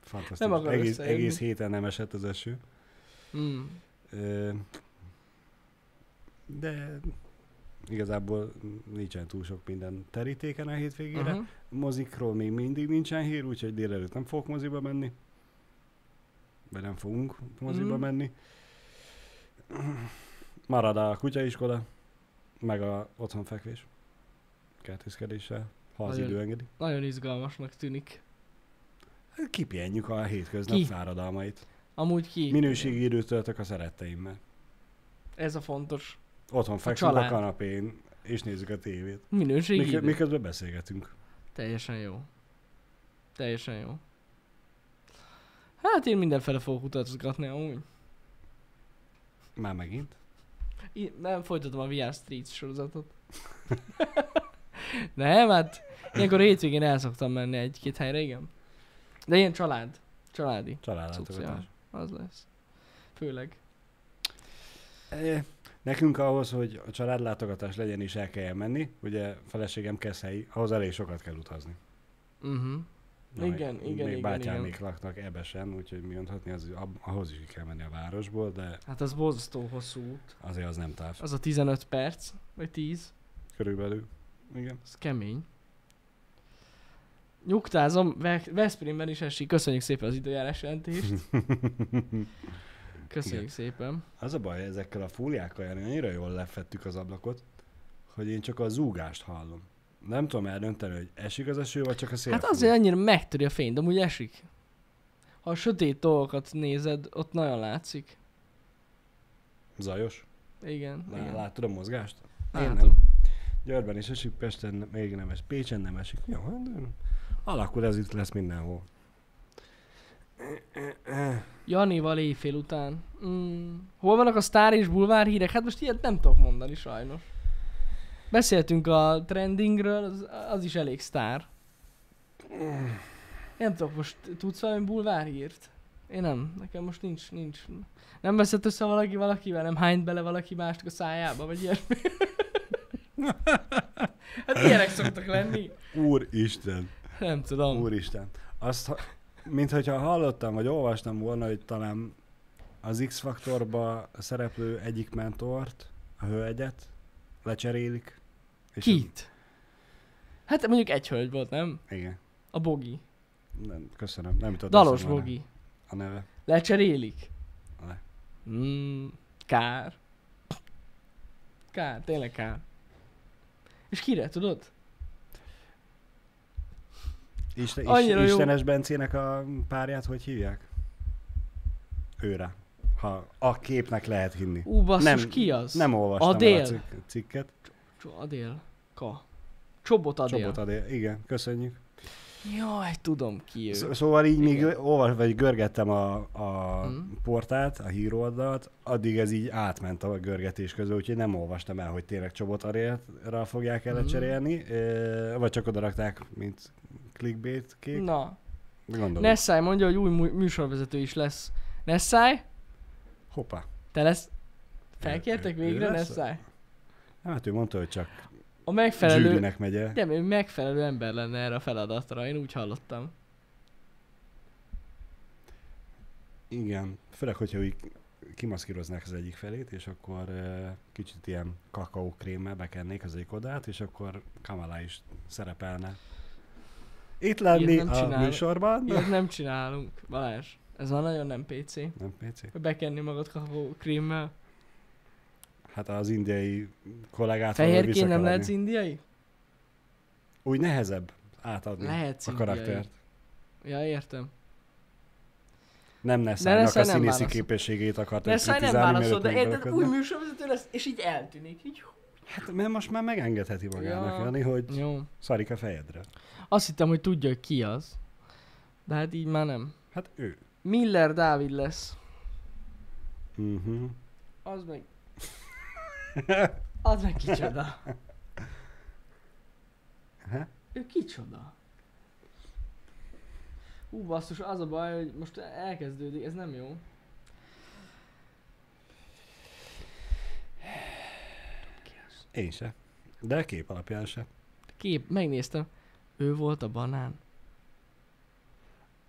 [SPEAKER 2] Fantasztikus.
[SPEAKER 1] akar
[SPEAKER 2] Egész,
[SPEAKER 1] összejönni.
[SPEAKER 2] egész héten nem esett az eső.
[SPEAKER 1] Mm.
[SPEAKER 2] Ö, De igazából nincsen túl sok minden terítéken a hétvégére.
[SPEAKER 1] Uh-huh.
[SPEAKER 2] Mozikról még mindig nincsen hír, úgyhogy délelőtt nem fogok moziba menni. Vagy nem fogunk moziba
[SPEAKER 1] Mhm.
[SPEAKER 2] menni. Marad a kutyaiskola, meg a otthonfekvés. Kertészkedéssel, ha az
[SPEAKER 1] Nagyon-
[SPEAKER 2] idő engedi.
[SPEAKER 1] Nagyon izgalmasnak tűnik.
[SPEAKER 2] Hát Kipihenjük a hétköznap
[SPEAKER 1] Ki?
[SPEAKER 2] fáradalmait.
[SPEAKER 1] Amúgy ki?
[SPEAKER 2] Minőségi időt töltök a szeretteimmel.
[SPEAKER 1] Ez a fontos.
[SPEAKER 2] Otthon fekszünk a
[SPEAKER 1] család.
[SPEAKER 2] kanapén, és nézzük a tévét.
[SPEAKER 1] Minőségi
[SPEAKER 2] Mik-
[SPEAKER 1] idő.
[SPEAKER 2] miközben beszélgetünk.
[SPEAKER 1] Teljesen jó. Teljesen jó. Hát én mindenfele fogok utazgatni amúgy.
[SPEAKER 2] Már megint.
[SPEAKER 1] I- nem folytatom a VR Street sorozatot. nem, hát ilyenkor hétvégén el szoktam menni egy-két helyre, igen. De ilyen család. Családi.
[SPEAKER 2] Családlátogatás.
[SPEAKER 1] Az lesz. Főleg.
[SPEAKER 2] Eh, Nekünk ahhoz, hogy a családlátogatás legyen és el kelljen menni, ugye feleségem keszhelyi, ahhoz elég sokat kell utazni.
[SPEAKER 1] Mhm.
[SPEAKER 2] még-
[SPEAKER 1] Igen,
[SPEAKER 2] még
[SPEAKER 1] igen, igen,
[SPEAKER 2] bátyámék laknak ebesen, úgyhogy mi mondhatni, az, ab, ahhoz is ki kell menni a városból, de
[SPEAKER 1] Hát az borzasztó hosszú út.
[SPEAKER 2] azért az nem táv.
[SPEAKER 1] Az a 15 perc, vagy 10.
[SPEAKER 2] Körülbelül. Igen.
[SPEAKER 1] Az kemény. Nyugtázom, Ve- Veszprémben is esik. Köszönjük szépen az időjárás jelentést. Köszönjük
[SPEAKER 2] Igen.
[SPEAKER 1] szépen.
[SPEAKER 2] Az a baj ezekkel a fóliákkal, Jani, annyira jól lefettük az ablakot, hogy én csak a zúgást hallom. Nem tudom eldönteni, hogy esik az eső, vagy csak a szél
[SPEAKER 1] Hát
[SPEAKER 2] fúj.
[SPEAKER 1] azért annyira megtöri a fény, de amúgy esik. Ha a sötét dolgokat nézed, ott nagyon látszik.
[SPEAKER 2] Zajos?
[SPEAKER 1] Igen.
[SPEAKER 2] Lá-
[SPEAKER 1] igen.
[SPEAKER 2] Látod a mozgást? Én
[SPEAKER 1] Látom.
[SPEAKER 2] nem. Győrben is esik, Pesten még nem esik, Pécsen nem esik. Jó, hát, ö, alakul ez itt lesz mindenhol.
[SPEAKER 1] Janival éjfél után. Mm. Hol vannak a sztár és bulvár hírek? Hát most ilyet nem tudok mondani sajnos. Beszéltünk a trendingről, az, az is elég sztár. Nem tudok, most tudsz valami bulvár hírt? Én nem, nekem most nincs, nincs. Nem veszett össze valaki valakivel, nem hányt bele valaki másnak a szájába, vagy ilyesmi. hát ilyenek szoktak lenni.
[SPEAKER 2] Úristen,
[SPEAKER 1] Nem tudom.
[SPEAKER 2] úristen. Azt, ha- mintha hallottam, vagy olvastam volna, hogy talán az X-faktorba szereplő egyik mentort, a hölgyet lecserélik. És
[SPEAKER 1] Kit? Hát mondjuk egy hölgy volt, nem?
[SPEAKER 2] igen.
[SPEAKER 1] A Bogi.
[SPEAKER 2] Nem, köszönöm, nem jutott
[SPEAKER 1] Dalos
[SPEAKER 2] eszembe a neve.
[SPEAKER 1] Bogi.
[SPEAKER 2] A neve.
[SPEAKER 1] Lecserélik.
[SPEAKER 2] Le.
[SPEAKER 1] Mm, kár. Kár, tényleg kár. És kire, tudod?
[SPEAKER 2] Isten,
[SPEAKER 1] Annyira
[SPEAKER 2] Annyira
[SPEAKER 1] jó.
[SPEAKER 2] Istenes Bencének a párját hogy hívják? Őre. Ha a képnek lehet hinni.
[SPEAKER 1] Ú, basszus,
[SPEAKER 2] Nem,
[SPEAKER 1] ki az?
[SPEAKER 2] Nem olvastam Adél.
[SPEAKER 1] Adél.
[SPEAKER 2] el a cik- cikket.
[SPEAKER 1] Cso- Adél. Ka. Csobot Adél.
[SPEAKER 2] Csobot Adél. Igen, köszönjük.
[SPEAKER 1] Jaj, tudom ki ő.
[SPEAKER 2] Sz- Szóval így még
[SPEAKER 1] Igen.
[SPEAKER 2] olvas, vagy görgettem a, a
[SPEAKER 1] Mhm.
[SPEAKER 2] portált, a híroldalt, addig ez így átment a görgetés közben, úgyhogy nem olvastam el, hogy tényleg Csobot Adélra fogják
[SPEAKER 1] Mhm.
[SPEAKER 2] elecserélni, mm. vagy csak oda rakták, mint clickbait kék.
[SPEAKER 1] Na,
[SPEAKER 2] Gondolom.
[SPEAKER 1] Nessai mondja, hogy új mű- műsorvezető is lesz. Nessai,
[SPEAKER 2] Hoppá.
[SPEAKER 1] te lesz... Felkértek
[SPEAKER 2] Ő- ő- ő
[SPEAKER 1] végre,
[SPEAKER 2] lesz?
[SPEAKER 1] Nessai?
[SPEAKER 2] Hát ő mondta, hogy csak
[SPEAKER 1] A
[SPEAKER 2] Felelő...
[SPEAKER 1] megfelelő...
[SPEAKER 2] zsűrinek megy el.
[SPEAKER 1] De ő megfelelő ember lenne erre a feladatra, én úgy hallottam.
[SPEAKER 2] Igen, főleg, hogyha úgy kimaszkíroznák az egyik felét, és akkor eh, kicsit ilyen kakaókrémmel bekennék az egyik oldalt, és akkor Kamala is szerepelne. Itt lenni
[SPEAKER 1] Ilyet nem
[SPEAKER 2] a
[SPEAKER 1] csinál.
[SPEAKER 2] műsorban.
[SPEAKER 1] Ilyet nem csinálunk, Balázs. Ez már nagyon nem PC.
[SPEAKER 2] Nem PC.
[SPEAKER 1] Hogy Bekenni magad kapó krémmel.
[SPEAKER 2] Hát az indiai kollégát valahogy vissza
[SPEAKER 1] Fehérként
[SPEAKER 2] kell
[SPEAKER 1] nem
[SPEAKER 2] adni.
[SPEAKER 1] lehetsz indiai?
[SPEAKER 2] Úgy nehezebb átadni
[SPEAKER 1] Lehetsz
[SPEAKER 2] a
[SPEAKER 1] indiai.
[SPEAKER 2] karaktert.
[SPEAKER 1] Ja, értem.
[SPEAKER 2] Nem Nessának
[SPEAKER 1] Nessai
[SPEAKER 2] a
[SPEAKER 1] nem
[SPEAKER 2] színészi
[SPEAKER 1] válaszol.
[SPEAKER 2] képességét akartam
[SPEAKER 1] Nessai nem
[SPEAKER 2] kritizálni,
[SPEAKER 1] válaszol, de
[SPEAKER 2] mielőtt
[SPEAKER 1] érted, új
[SPEAKER 2] megberekedne.
[SPEAKER 1] műsorvezető lesz, és így eltűnik. Így, hú.
[SPEAKER 2] Hát mert most már megengedheti magának,
[SPEAKER 1] Ja.
[SPEAKER 2] ja. Jani, hogy
[SPEAKER 1] Jó.
[SPEAKER 2] szarik a fejedre.
[SPEAKER 1] Azt hittem, hogy tudja, hogy ki az. De hát így már nem.
[SPEAKER 2] Hát ő.
[SPEAKER 1] Miller Dávid lesz.
[SPEAKER 2] Mhm.
[SPEAKER 1] Az meg... Az meg kicsoda.
[SPEAKER 2] Aha.
[SPEAKER 1] Ő kicsoda. Hú, basszus, az a baj, hogy most elkezdődik, ez nem jó.
[SPEAKER 2] Én se. De kép alapján se.
[SPEAKER 1] Kép, megnéztem. Ő volt a banán.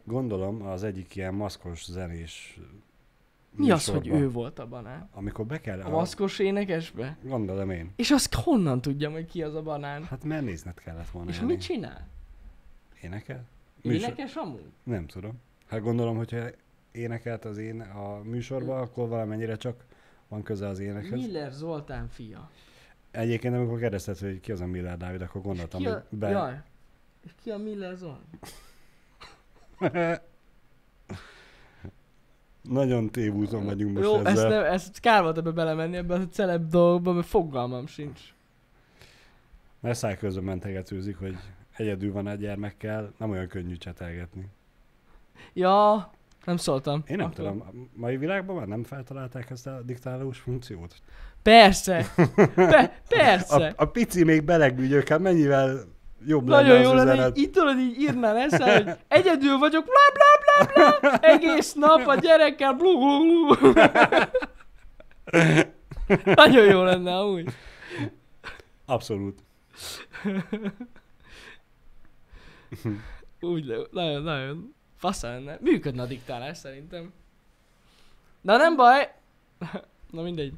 [SPEAKER 2] Gondolom az egyik ilyen maszkos zenés
[SPEAKER 1] Mi az, hogy
[SPEAKER 2] műsorban,
[SPEAKER 1] ő volt a banán?
[SPEAKER 2] Amikor be kell...
[SPEAKER 1] A maszkos énekesbe?
[SPEAKER 2] Gondolom én.
[SPEAKER 1] És azt honnan tudjam, hogy ki az a banán?
[SPEAKER 2] Hát mert nézned kellett volna.
[SPEAKER 1] És
[SPEAKER 2] Jani.
[SPEAKER 1] mit csinál?
[SPEAKER 2] Énekel? Műsor...
[SPEAKER 1] Énekes amúgy?
[SPEAKER 2] Nem tudom. Hát gondolom, hogyha énekelt az én a műsorban,
[SPEAKER 1] Hm.
[SPEAKER 2] akkor valamennyire csak van köze az énekhez.
[SPEAKER 1] Miller Zoltán fia.
[SPEAKER 2] Egyébként amikor kérdezted, hogy ki az a Miller Dávid, akkor gondoltam,
[SPEAKER 1] ki
[SPEAKER 2] hogy
[SPEAKER 1] a...
[SPEAKER 2] be...
[SPEAKER 1] Jaj. És ki a Miller Zoltán?
[SPEAKER 2] Nagyon tévúton vagyunk most
[SPEAKER 1] Jó,
[SPEAKER 2] ezzel.
[SPEAKER 1] ezt, nem, ezt kár volt ebbe belemenni ebbe a celeb dolgokba, mert fogalmam sincs.
[SPEAKER 2] Mert száj közben mentegetőzik, hogy egyedül van egy gyermekkel, nem olyan könnyű csetelgetni.
[SPEAKER 1] Ja, nem szóltam.
[SPEAKER 2] Én nem Akkor... tudom, a mai világban már nem feltalálták ezt a diktálós funkciót?
[SPEAKER 1] Persze! Pe- persze!
[SPEAKER 2] A, a pici még belegműgyőkkel mennyivel jobb
[SPEAKER 1] Nagyon
[SPEAKER 2] lenne
[SPEAKER 1] jó
[SPEAKER 2] az
[SPEAKER 1] lenne,
[SPEAKER 2] üzenet.
[SPEAKER 1] így, így tudod, így írnál ezt, hogy egyedül vagyok, bla bla bla bla, egész nap a gyerekkel, blu blu blu. Nagyon jó lenne amúgy.
[SPEAKER 2] Abszolút.
[SPEAKER 1] Úgy, le- nagyon, nagyon fasza lenne. Működne a diktálás szerintem. Na nem baj. Na mindegy.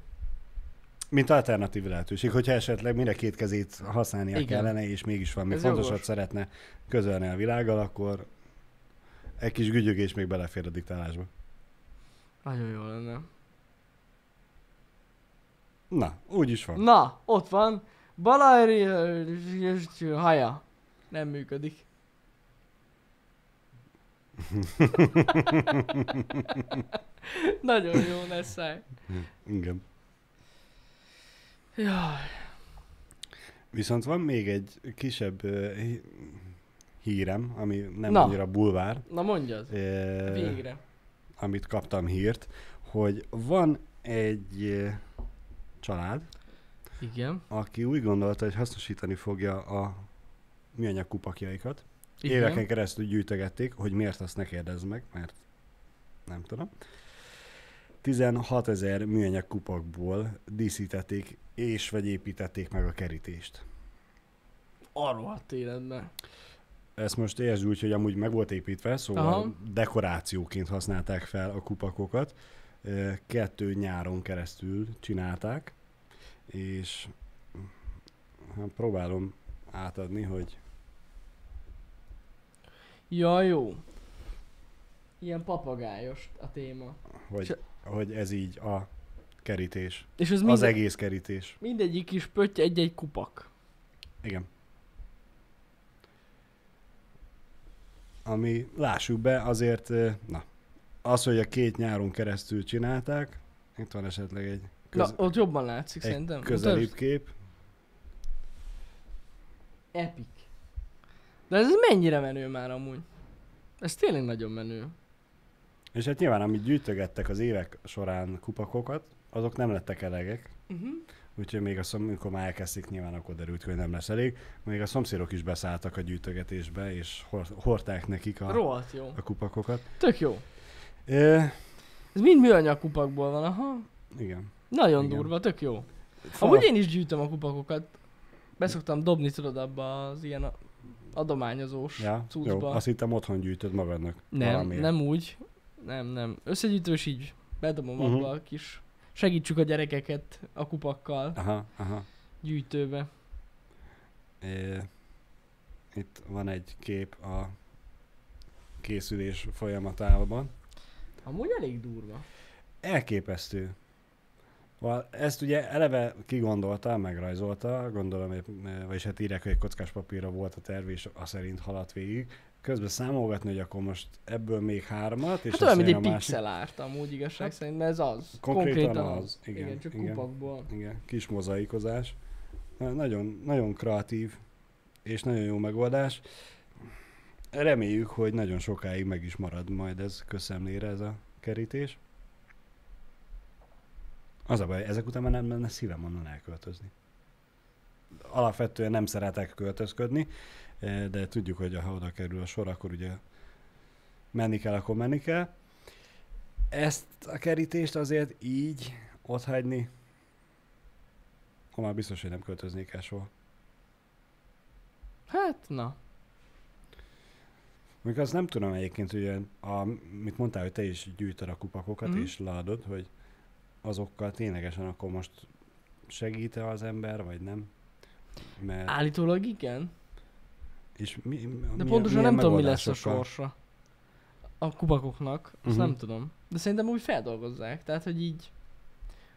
[SPEAKER 2] Mint alternatív lehetőség, hogyha esetleg mire két kezét használnia
[SPEAKER 1] Igen.
[SPEAKER 2] Igen. kellene, és mégis valami
[SPEAKER 1] Ez
[SPEAKER 2] fontosat
[SPEAKER 1] jogos.
[SPEAKER 2] szeretne közölni a világgal, akkor egy kis gügyögés még belefér a diktálásba.
[SPEAKER 1] Nagyon jó lenne.
[SPEAKER 2] Na, úgy is van.
[SPEAKER 1] Na, ott van. Balajri haja. Nem működik. Nagyon jó, Nessai.
[SPEAKER 2] Igen.
[SPEAKER 1] Jaj.
[SPEAKER 2] Viszont van még egy kisebb ö, hí- hírem, ami nem
[SPEAKER 1] Na.
[SPEAKER 2] Na. annyira bulvár,
[SPEAKER 1] Na mondjad.
[SPEAKER 2] ö,
[SPEAKER 1] Végre.
[SPEAKER 2] amit kaptam hírt, hogy van egy ö, család,
[SPEAKER 1] Igen.
[SPEAKER 2] aki úgy gondolta, hogy hasznosítani fogja a műanyag kupakjaikat.
[SPEAKER 1] Igen.
[SPEAKER 2] Éveken keresztül gyűjtögették, hogy miért azt ne kérdezz meg, mert nem tudom. 16 ezer műanyag kupakból díszítették és vagy építették meg a kerítést.
[SPEAKER 1] Arról a télenben.
[SPEAKER 2] Ezt most értsd úgy, hogy amúgy meg volt építve, szóval
[SPEAKER 1] Aha.
[SPEAKER 2] Aha. dekorációként használták fel a kupakokat. Ö, Kettő nyáron keresztül csinálták, és hát próbálom átadni, hogy
[SPEAKER 1] Ja, jó. Ilyen papagájos a téma.
[SPEAKER 2] hogy
[SPEAKER 1] Se-
[SPEAKER 2] hogy ez így a kerítés.
[SPEAKER 1] És az,
[SPEAKER 2] Az
[SPEAKER 1] minden,
[SPEAKER 2] egész kerítés.
[SPEAKER 1] mindegyik kis pötty egy-egy kupak.
[SPEAKER 2] Igen. Ami, lássuk be, azért, ö, na, az, hogy a két nyáron keresztül csinálták, itt van esetleg egy, köz,
[SPEAKER 1] Na, ott jobban látszik
[SPEAKER 2] egy
[SPEAKER 1] szerintem.
[SPEAKER 2] közelibb
[SPEAKER 1] Utána-
[SPEAKER 2] kép.
[SPEAKER 1] Epic. De ez mennyire menő már amúgy? Ez tényleg nagyon menő.
[SPEAKER 2] És hát nyilván, amit gyűjtögettek az évek során kupakokat, azok nem lettek elegek,
[SPEAKER 1] Uh-huh.
[SPEAKER 2] úgyhogy még a szom, amikor már elkezdték, nyilván akkor derült ki, hogy nem lesz elég. Még a szomszédok is beszálltak a gyűjtögetésbe, és hor- hordták nekik a,
[SPEAKER 1] Rohadt jó.
[SPEAKER 2] a kupakokat.
[SPEAKER 1] Tök jó.
[SPEAKER 2] Ö,
[SPEAKER 1] Ez mind műanyag kupakból van, aha.
[SPEAKER 2] igen.
[SPEAKER 1] Nagyon
[SPEAKER 2] Igen.
[SPEAKER 1] Igen. durva, tök jó.
[SPEAKER 2] Fa-
[SPEAKER 1] Amúgy én is gyűjtöm a kupakokat. Beszoktam dobni, tudod, abba az ilyen a- adományozós
[SPEAKER 2] Ja, jó,
[SPEAKER 1] cuccba.
[SPEAKER 2] azt hittem otthon gyűjtöd magadnak.
[SPEAKER 1] Nem,
[SPEAKER 2] valamiért.
[SPEAKER 1] nem úgy. Nem, nem. Összegyűjtős így. Bedobom
[SPEAKER 2] Mhm.
[SPEAKER 1] uh-huh. abba a kis... Segítsük a gyerekeket a kupakkal
[SPEAKER 2] Aha, aha.
[SPEAKER 1] gyűjtőbe.
[SPEAKER 2] É, itt van egy kép a készülés folyamatában.
[SPEAKER 1] Amúgy elég durva.
[SPEAKER 2] Elképesztő. Val- Ezt ugye eleve kigondolta, megrajzolta, gondolom, épp- vagyis hát írják, hogy egy kockás papírra volt a terv, és azt szerint haladt végig. Közben számolgatni, hogy akkor most ebből még hármat, és
[SPEAKER 1] Hát olyan,
[SPEAKER 2] azt
[SPEAKER 1] mint egy
[SPEAKER 2] jön a másik.
[SPEAKER 1] pixel árt amúgy igazság
[SPEAKER 2] Hát,
[SPEAKER 1] szerint, mert ez az.
[SPEAKER 2] konkrétan az. Igen,
[SPEAKER 1] Igen, csak
[SPEAKER 2] igen.
[SPEAKER 1] kupakból.
[SPEAKER 2] Igen, kis mozaikozás. Na, Nagyon, nagyon kreatív és nagyon jó megoldás. Reméljük, hogy nagyon sokáig meg is marad majd ez közszemlére ez a kerítés. Az a baj, ezek után már nem lenne szívem onnan elköltözni. Alapvetően nem szeretek költözködni, eh, de tudjuk, hogy ha oda kerül a sor, akkor ugye menni kell, akkor menni kell. Ezt a kerítést azért így ott hagyni, ha már biztos, hogy nem költöznék el soha.
[SPEAKER 1] Hát, na.
[SPEAKER 2] Még azt nem tudom egyébként, hogy olyan, a, mit mondtál, hogy te is gyűjtöd a kupakokat
[SPEAKER 1] Mhm.
[SPEAKER 2] mm-hmm. és leadod, hogy azokkal ténylegesen akkor most segít-e az ember, vagy nem? Mert,
[SPEAKER 1] Állítólag igen.
[SPEAKER 2] és mi, mi,
[SPEAKER 1] De
[SPEAKER 2] milyen-
[SPEAKER 1] pontosan
[SPEAKER 2] milyen
[SPEAKER 1] nem tudom, mi lesz a
[SPEAKER 2] megoldásokkal?
[SPEAKER 1] sorsa a kubakoknak, azt
[SPEAKER 2] Mhm.
[SPEAKER 1] uh-huh. nem tudom. De szerintem úgy feldolgozzák, tehát hogy így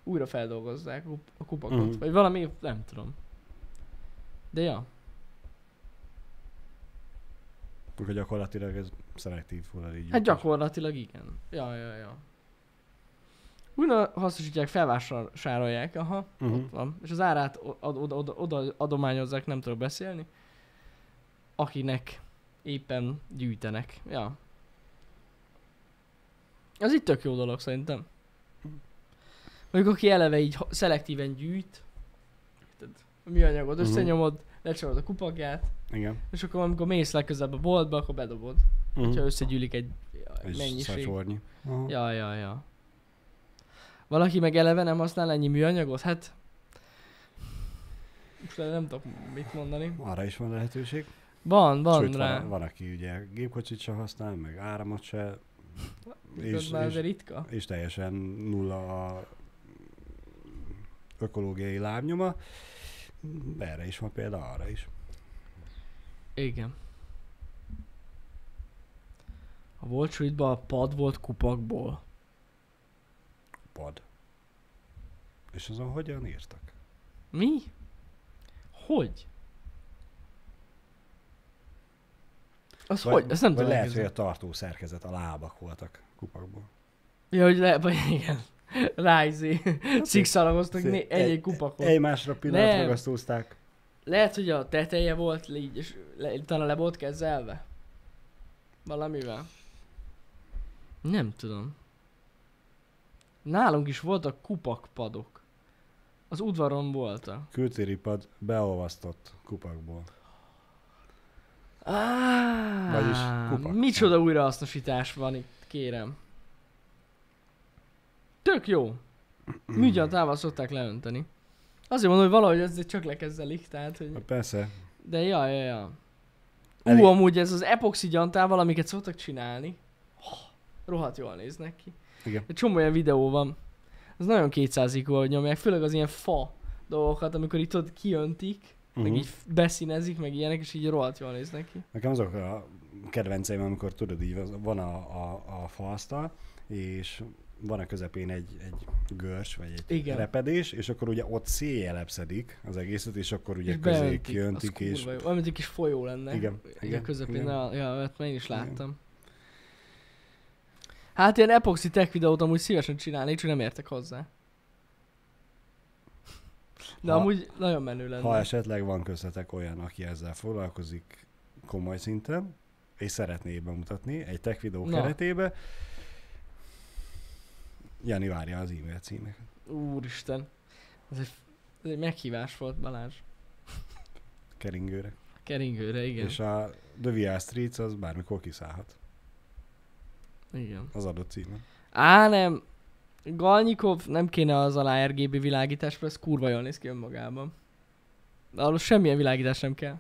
[SPEAKER 1] újra feldolgozzák a kup- a kupakot,
[SPEAKER 2] Mhm.
[SPEAKER 1] uh-huh. vagy valami, nem tudom. De ja,
[SPEAKER 2] Akkor gyakorlatilag ez szelektív hullad így.
[SPEAKER 1] hát
[SPEAKER 2] gyűjtés.
[SPEAKER 1] gyakorlatilag igen. Ja, ja, ja. Újra hasznosítják, felvásárolják, aha,
[SPEAKER 2] Mhm.
[SPEAKER 1] uh-huh. ott van. És az árát o- ad- oda, oda, oda adományozzák, nem tudok beszélni. Akinek éppen gyűjtenek. Ja. Ez itt tök jó dolog szerintem. Mondjuk aki eleve így ha- szelektíven gyűjt, érted, a műanyagot
[SPEAKER 2] Mhm.
[SPEAKER 1] összenyomod, lecsorod a kupagját,
[SPEAKER 2] Igen.
[SPEAKER 1] és akkor amikor mész legközelebb a boltba, akkor bedobod.
[SPEAKER 2] Uh-huh.
[SPEAKER 1] Hogyha összegyűlik egy
[SPEAKER 2] És
[SPEAKER 1] Hát mennyiség.
[SPEAKER 2] szacsornyi. Aha.
[SPEAKER 1] Ja, ja, ja. Valaki meg eleve nem használ ennyi műanyagot? Hát... Most erre nem tudok mit mondani.
[SPEAKER 2] Arra is van lehetőség.
[SPEAKER 1] Van, van
[SPEAKER 2] Sőt,
[SPEAKER 1] rá.
[SPEAKER 2] van, van, aki ugye gépkocsit se használ, meg áramot se.
[SPEAKER 1] és, már azért ritka.
[SPEAKER 2] és teljesen nulla a ökológiai lábnyoma. Erre is van példa, arra is.
[SPEAKER 1] Igen. A volt súlytban a pad volt kupakból.
[SPEAKER 2] Pad. És azon hogyan írtak?
[SPEAKER 1] Mi? Hogy? Az
[SPEAKER 2] Vagy-
[SPEAKER 1] hogy? Ezt nem
[SPEAKER 2] Vagy
[SPEAKER 1] tudom
[SPEAKER 2] lehet, hogy
[SPEAKER 1] elképzelni.
[SPEAKER 2] a tartó szerkezet, a lábak voltak kupakból.
[SPEAKER 1] Ja, hogy lehet, vagy igen. Rájzi. Szikszalagoztak
[SPEAKER 2] Hát szép.
[SPEAKER 1] né- egy-egy
[SPEAKER 2] Egy-
[SPEAKER 1] kupakot.
[SPEAKER 2] Egymásra
[SPEAKER 1] Nem.
[SPEAKER 2] pillanatragasztózták.
[SPEAKER 1] Lehet, hogy a teteje volt így, és le, talán le volt kezelve. Valamivel. Nem tudom. Nálunk is voltak kupakpadok. Az udvaron voltak.
[SPEAKER 2] Kültéri pad beolvasztott kupakból.
[SPEAKER 1] Ah,
[SPEAKER 2] Vagyis kupak.
[SPEAKER 1] Micsoda újrahasznosítás van itt, kérem. Tök jó. Műgyantával szokták leönteni. Azért mondom, hogy valahogy ezzel csak lekezdelik, tehát, hogy...
[SPEAKER 2] Na Persze,
[SPEAKER 1] De ja, ja, ja.
[SPEAKER 2] Elég-
[SPEAKER 1] Ú, amúgy ez az epoxi gyantával, amiket szoktak csinálni. Oh, rohadt jól néznek ki.
[SPEAKER 2] Igen.
[SPEAKER 1] Egy csomó olyan videó van. Ez nagyon 200 IQ, ahogy nyomják, főleg az ilyen fa dolgokat, amikor itt ott kiöntik, uh-huh. meg
[SPEAKER 2] Mhm.
[SPEAKER 1] így beszínezik, meg ilyenek, és így rohadt jól néznek ki.
[SPEAKER 2] Nekem azok a kedvenceim, amikor tudod, így az- van a, a, a faasztal, és van a közepén egy, egy görs, vagy egy
[SPEAKER 1] Igen.
[SPEAKER 2] repedés, és akkor ugye ott széjelepszedik az egészet, és akkor ugye
[SPEAKER 1] És
[SPEAKER 2] közé
[SPEAKER 1] beöntik,
[SPEAKER 2] kijöntik,
[SPEAKER 1] az
[SPEAKER 2] és
[SPEAKER 1] kurva jó. Olyan, mint egy kis folyó lenne.
[SPEAKER 2] Igen,
[SPEAKER 1] Így
[SPEAKER 2] igen,
[SPEAKER 1] a közepén,
[SPEAKER 2] igen.
[SPEAKER 1] Na, ja, hát már én is
[SPEAKER 2] Igen.
[SPEAKER 1] láttam. Hát ilyen epoxy tech videót amúgy szívesen csinálnék, csak nem értek hozzá. De
[SPEAKER 2] Ha-
[SPEAKER 1] amúgy nagyon menő lenne.
[SPEAKER 2] ha esetleg van köztetek olyan, aki ezzel foglalkozik komoly szinten, és szeretné bemutatni egy tech videó
[SPEAKER 1] Na.
[SPEAKER 2] keretébe, Jani várja az e-mail címeket.
[SPEAKER 1] Úristen. Ez egy, ez egy meghívás volt Balázs.
[SPEAKER 2] keringőre.
[SPEAKER 1] A keringőre, igen.
[SPEAKER 2] És a The VR Streets az bármikor kiszállhat
[SPEAKER 1] Igen.
[SPEAKER 2] az adott címen.
[SPEAKER 1] Á, nem. Galnyikov nem kéne az alá RGB világítás, mert ez kurva jól néz ki önmagában. De arról semmilyen világítás nem kell.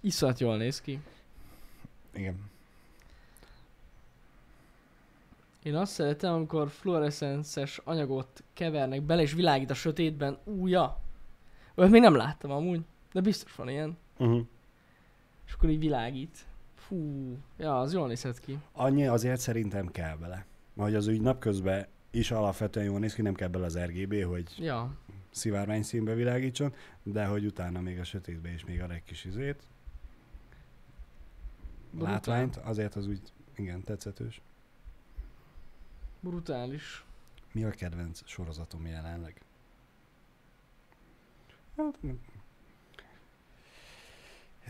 [SPEAKER 1] Iszonyat jól néz ki.
[SPEAKER 2] Igen.
[SPEAKER 1] Én azt szeretem, amikor fluoreszcences anyagot kevernek bele, és világít a sötétben. Úja! Olyat még nem láttam amúgy, de biztos van ilyen.
[SPEAKER 2] Uh-huh.
[SPEAKER 1] És akkor így világít. Fú, ja, az jól nézhet ki.
[SPEAKER 2] Annyi azért szerintem kell bele. Hogy az úgy napközben is alapvetően jól néz ki, nem kell bele az RGB, hogy
[SPEAKER 1] Ja,
[SPEAKER 2] szivárvány színbe világítson, de hogy utána még a sötétbe is még ad egy kis izét,
[SPEAKER 1] Brutál.
[SPEAKER 2] látványt, azért az úgy, igen, tetszetős.
[SPEAKER 1] brutális.
[SPEAKER 2] Mi a kedvenc sorozatom jelenleg? Hát, m-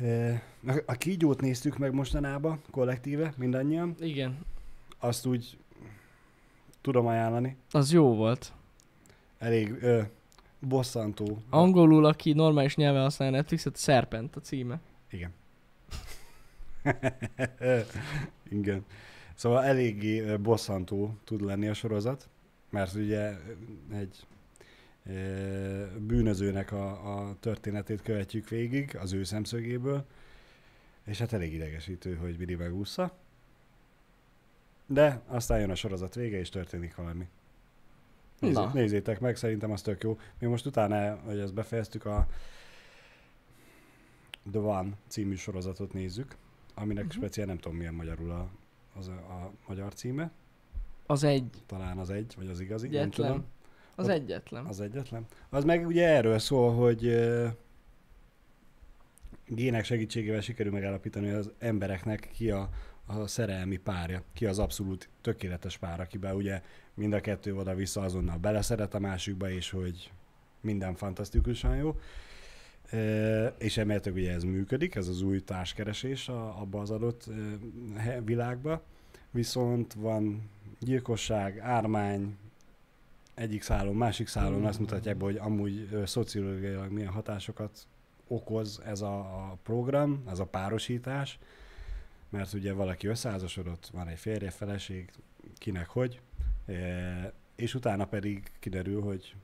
[SPEAKER 2] Ö, a- A kígyót néztük meg mostanában, kollektíve, mindannyian.
[SPEAKER 1] Igen,
[SPEAKER 2] Azt úgy tudom ajánlani.
[SPEAKER 1] az jó volt.
[SPEAKER 2] Elég ö, bosszantó.
[SPEAKER 1] Angolul, aki normális nyelven használja Netflixet, Serpent a címe.
[SPEAKER 2] Igen. Igen. Szóval eléggé ö, bosszantó tud lenni a sorozat, mert ugye egy ö, bűnözőnek a, a történetét követjük végig az ő szemszögéből, és hát elég idegesítő, hogy mindig megúszza. De aztán jön a sorozat vége, és történik valami. Nézzé,
[SPEAKER 1] Na.
[SPEAKER 2] nézzétek meg, szerintem az tök jó. Mi most utána, hogy ezt befejeztük, a The One című sorozatot nézzük, aminek
[SPEAKER 1] Mhm.
[SPEAKER 2] uh-huh. speciál nem tudom milyen magyarul a, az a, a magyar címe,
[SPEAKER 1] Az egy.
[SPEAKER 2] talán az egy, vagy az igazi, nem
[SPEAKER 1] Egyetlen.
[SPEAKER 2] tudom.
[SPEAKER 1] Az
[SPEAKER 2] Ott-
[SPEAKER 1] egyetlen.
[SPEAKER 2] Az egyetlen. Az meg ugye erről szól, hogy ö, gének segítségével sikerül megállapítani hogy az embereknek ki a, a szerelmi párja, ki az abszolút tökéletes pár, akiben ugye mind a kettő oda-vissza azonnal beleszeret a másikba, és hogy minden fantasztikusan jó. Ö, És emeltek ugye ez működik, ez az új társkeresés a, abba az adott ö, he- világba. Viszont van gyilkosság, ármány, egyik szálon, másik szálon azt mutatják be, hogy amúgy ö, szociológiailag milyen hatásokat okoz ez a, a program, ez a párosítás, mert ugye valaki összeházasodott, van egy férje, feleség, kinek hogy, e, és utána pedig kiderül, hogy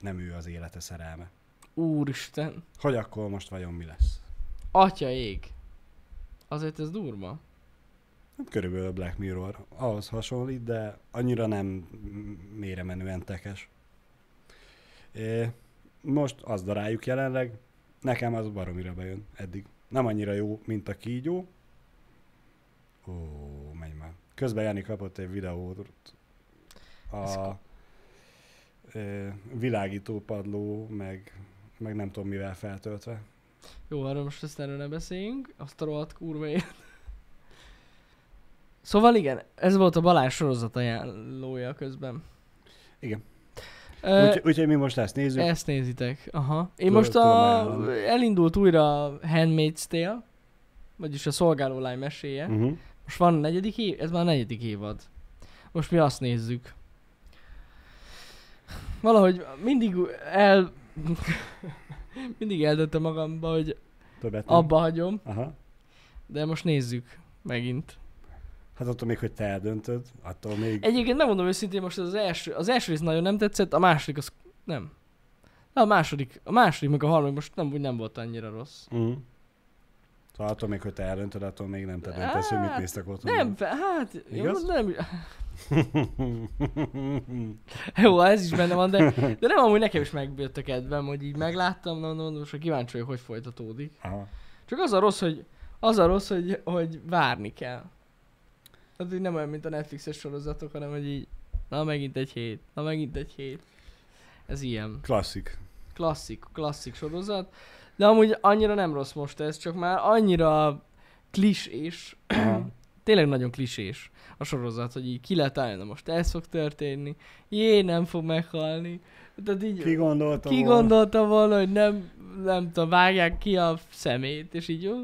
[SPEAKER 2] nem ő az élete szerelme.
[SPEAKER 1] Úristen.
[SPEAKER 2] Hogy akkor most vajon mi lesz?
[SPEAKER 1] Atya ég. Azért ez durva.
[SPEAKER 2] Hát Körülbelül a Black Mirror ahhoz hasonlít, de annyira nem mélyre menően tekes. E, most azt daráljuk jelenleg, nekem az baromira bejön eddig. Nem annyira jó, mint a kígyó. Ó, menj már. Közben Jani kapott egy videót
[SPEAKER 1] Ez
[SPEAKER 2] a e, világító padló, meg, meg nem tudom mivel feltöltve.
[SPEAKER 1] Jó, arról most ezt erről ne beszéljünk. Azt a rohadt kurva élet. Szóval igen, ez volt a Balázs sorozat ajánlója közben.
[SPEAKER 2] Igen.
[SPEAKER 1] Ö,
[SPEAKER 2] Úgy- Úgyhogy mi most ezt nézzük.
[SPEAKER 1] ezt nézitek. Aha. Én
[SPEAKER 2] Tudom-
[SPEAKER 1] most a...
[SPEAKER 2] tudom ajánlani.
[SPEAKER 1] elindult újra a Handmaid's Tale, vagyis a szolgáló lány meséje.
[SPEAKER 2] Uh-huh.
[SPEAKER 1] Most van negyedik év, ez már negyedik évad. Most mi azt nézzük. Valahogy mindig el... mindig eldöntöm magamba, hogy
[SPEAKER 2] Többet nem.
[SPEAKER 1] abba hagyom.
[SPEAKER 2] Aha.
[SPEAKER 1] De most nézzük megint.
[SPEAKER 2] Hát attól még, hogy te eldöntöd, attól még...
[SPEAKER 1] Egyébként megmondom őszintén, most az első, az első rész nagyon nem tetszett, a második az nem. De a második, a második meg a harmadik most nem, úgy nem volt annyira rossz.
[SPEAKER 2] Mm. Szóval attól még, hogy te eldöntöd, attól még nem te döntesz, hogy mit
[SPEAKER 1] Hát,
[SPEAKER 2] néztek otthon.
[SPEAKER 1] Nem, fe- hát, jó,
[SPEAKER 2] Igaz?
[SPEAKER 1] nem, jó, ez is benne van, de, de nem amúgy nekem is megjött a kedvem, hogy így megláttam, na, na, na, most már kíváncsi vagyok, hogy folytatódik.
[SPEAKER 2] Aha.
[SPEAKER 1] Csak az a rossz, hogy, az a rossz, hogy, hogy várni kell. Tehát így nem olyan, mint a Netflixes sorozatok, hanem hogy így Na megint egy hét, na megint egy hét. Ez ilyen.
[SPEAKER 2] Klasszik.
[SPEAKER 1] Klasszik, klasszik sorozat. De amúgy annyira nem rossz most ez, csak már annyira klisés. Tényleg nagyon klisés a sorozat, hogy így ki lehet állni, na most ez fog történni. Jé, nem fog meghalni. Tehát így...
[SPEAKER 2] Ki gondolta
[SPEAKER 1] Ki
[SPEAKER 2] volna?
[SPEAKER 1] gondolta volna, hogy nem, nem tudom, vágják ki a szemét, és így jó.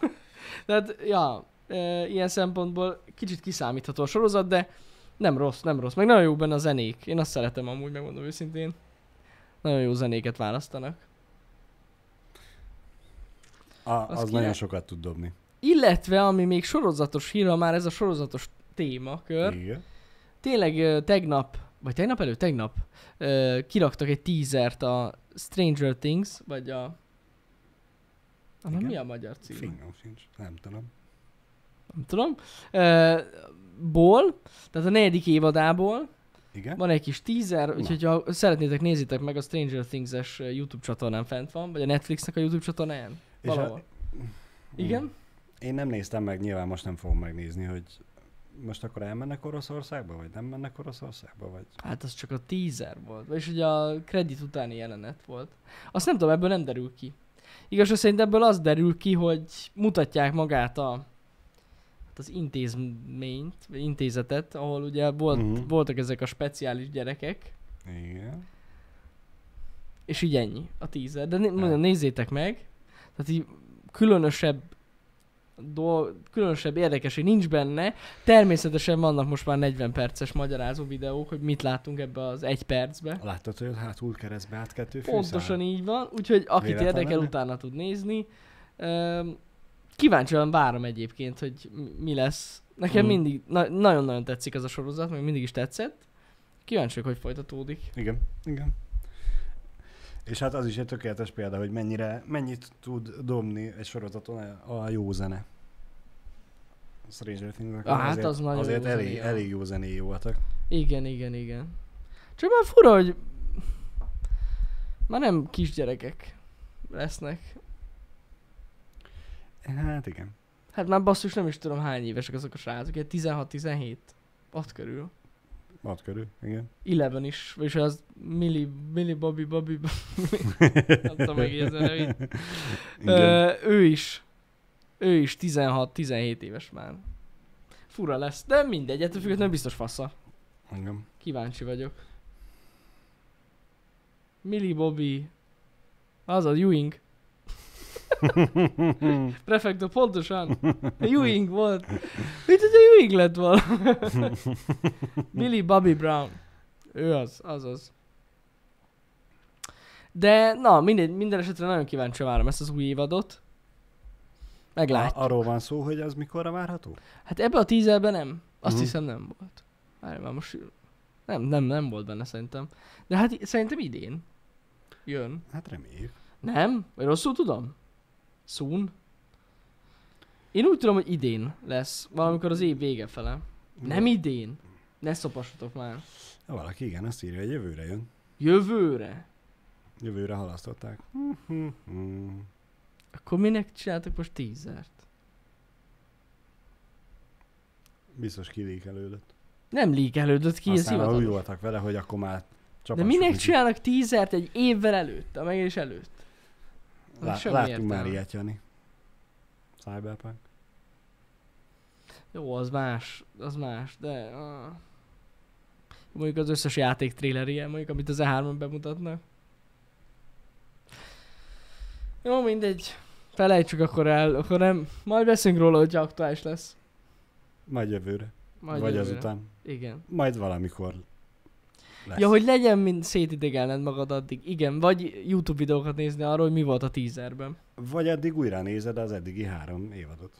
[SPEAKER 1] Tehát, ja, e, ilyen szempontból kicsit kiszámítható a sorozat, de nem rossz, nem rossz. Meg nagyon jó benne a zenék. Én azt szeretem amúgy, megmondom őszintén. Nagyon jó zenéket választanak.
[SPEAKER 2] A, az
[SPEAKER 1] Az
[SPEAKER 2] nagyon
[SPEAKER 1] király.
[SPEAKER 2] sokat tud dobni.
[SPEAKER 1] Illetve, ami még sorozatos híra, már ez a sorozatos témakör.
[SPEAKER 2] Igen.
[SPEAKER 1] Tényleg ö, tegnap, vagy tegnap előtt, tegnap ö, kiraktak egy teasert a Stranger Things, vagy a... Annak
[SPEAKER 2] Igen.
[SPEAKER 1] mi a magyar cím?
[SPEAKER 2] Fingom sincs. Nem tudom.
[SPEAKER 1] nem tudom, ö, ból, tehát a negyedik évadából
[SPEAKER 2] Igen?
[SPEAKER 1] van egy kis teaser, úgyhogy ha szeretnétek, nézzétek meg a Stranger Things-es YouTube csatornán fent van, vagy a Netflixnek a YouTube csatornáján.
[SPEAKER 2] És a-
[SPEAKER 1] Valahol. Igen?
[SPEAKER 2] Én nem néztem meg, nyilván most nem fogom megnézni, hogy most akkor elmennek Oroszországba, vagy nem mennek Oroszországba, vagy...
[SPEAKER 1] Hát az csak a teaser volt, vagyis ugye a kredit utáni jelenet volt. Azt nem tudom, ebből nem derül ki. Igaz, hogy szerint ebből az derül ki, hogy mutatják magát a, hát az intézményt, vagy intézetet, ahol ugye volt,
[SPEAKER 2] Mhm.
[SPEAKER 1] uh-huh. voltak ezek a speciális gyerekek,
[SPEAKER 2] Igen.
[SPEAKER 1] És így ennyi a tízer. De né-
[SPEAKER 2] Hát.
[SPEAKER 1] mondom, nézzétek meg. Tehát így különösebb dol- különösebb érdekesség nincs benne. Természetesen vannak most már 40 perces magyarázó videók, hogy mit látunk ebbe az egy percbe.
[SPEAKER 2] Láttad, hogy ott hátul keresztbe át kettő fűszál?
[SPEAKER 1] Pontosan így van, úgyhogy akit
[SPEAKER 2] Véletlen
[SPEAKER 1] érdekel,
[SPEAKER 2] lenne?
[SPEAKER 1] utána tud nézni. Üm, kíváncsian várom egyébként, hogy mi- mi lesz. Nekem
[SPEAKER 2] Mhm.
[SPEAKER 1] mindig na- nagyon-nagyon tetszik ez a sorozat, meg mindig is tetszett. Kíváncsi vagyok, hogy folytatódik.
[SPEAKER 2] Igen, igen. És hát az is egy tökéletes példa, hogy mennyire, mennyit tud dobni egy sorozaton a a jó zene. A Stranger things
[SPEAKER 1] Ah, hát az nagyon
[SPEAKER 2] azért
[SPEAKER 1] jó
[SPEAKER 2] elég,
[SPEAKER 1] zenéje van.
[SPEAKER 2] elég jó zenéi voltak.
[SPEAKER 1] Igen, igen, igen. Csak már fura, hogy már nem kisgyerekek lesznek.
[SPEAKER 2] Hát igen.
[SPEAKER 1] Hát már basszus nem is tudom hány évesek azok a srácok, ilyen 16-17, ott körül.
[SPEAKER 2] Ott körül, igen.
[SPEAKER 1] Eleven is, vagyis az Milli, Milli Bobby, Bobby, nem tudom megjegyezni a nevét.
[SPEAKER 2] igen.
[SPEAKER 1] Ö, ő is, ő is 16-17 éves már. Fura lesz, de mindegy, ettől függetlenül biztos fassa.
[SPEAKER 2] igen.
[SPEAKER 1] Kíváncsi vagyok. Milli Bobby. Az a Ewing. Prefektor, pontosan. Ewing volt. Mit hogy a Ewing lett volna? Millie Bobby Brown. Ő az, az az. De na, minden, minden esetre nagyon kíváncsi várom ezt az új évadot. Meglátjuk.
[SPEAKER 2] A- Arról van szó, hogy az mikorra várható?
[SPEAKER 1] Hát ebbe a tízelben nem. Azt
[SPEAKER 2] Mhm.
[SPEAKER 1] hiszem nem volt. Várj már most... Nem, nem, nem volt benne szerintem. De hát i- szerintem idén. Jön.
[SPEAKER 2] Hát reméljük.
[SPEAKER 1] Nem? Vagy rosszul tudom? Soon? Én úgy tudom, hogy idén lesz. Valamikor az év vége fele. Nem idén. Ne szopassatok már.
[SPEAKER 2] Ja, Valaki igen, azt írja, hogy jövőre jön.
[SPEAKER 1] Jövőre.
[SPEAKER 2] Jövőre halasztották. Mhm.
[SPEAKER 1] Akkor minek csináltak most tízert?
[SPEAKER 2] Biztos kilékelődött.
[SPEAKER 1] Nem líkelődött ki, ez
[SPEAKER 2] Aztán már úgy
[SPEAKER 1] hivatalos.
[SPEAKER 2] voltak vele, hogy akkor már
[SPEAKER 1] De
[SPEAKER 2] csapassuk
[SPEAKER 1] minek
[SPEAKER 2] neki.
[SPEAKER 1] csinálnak tízert egy évvel előtt, a megélés előtt?
[SPEAKER 2] Lá-
[SPEAKER 1] Semmi
[SPEAKER 2] láttunk már
[SPEAKER 1] értelme.
[SPEAKER 2] ilyet, Jani. Cyberpunk.
[SPEAKER 1] Jó, az más, az más, de... Uh, mondjuk az összes játék trailer ilyen, mondjuk, amit az E3-on bemutatnak. Jó, mindegy. Felejtsük akkor el, akkor nem. Majd beszélünk róla, hogyha aktuális lesz.
[SPEAKER 2] Majd jövőre.
[SPEAKER 1] Majd
[SPEAKER 2] Vagy
[SPEAKER 1] jövőre.
[SPEAKER 2] azután.
[SPEAKER 1] Igen.
[SPEAKER 2] Majd valamikor lesz.
[SPEAKER 1] Ja, hogy legyen, mint szétidegelned magad addig. Igen, vagy YouTube videókat nézni arról, hogy mi volt a teaserben.
[SPEAKER 2] Vagy addig újra nézed az eddigi három évadot.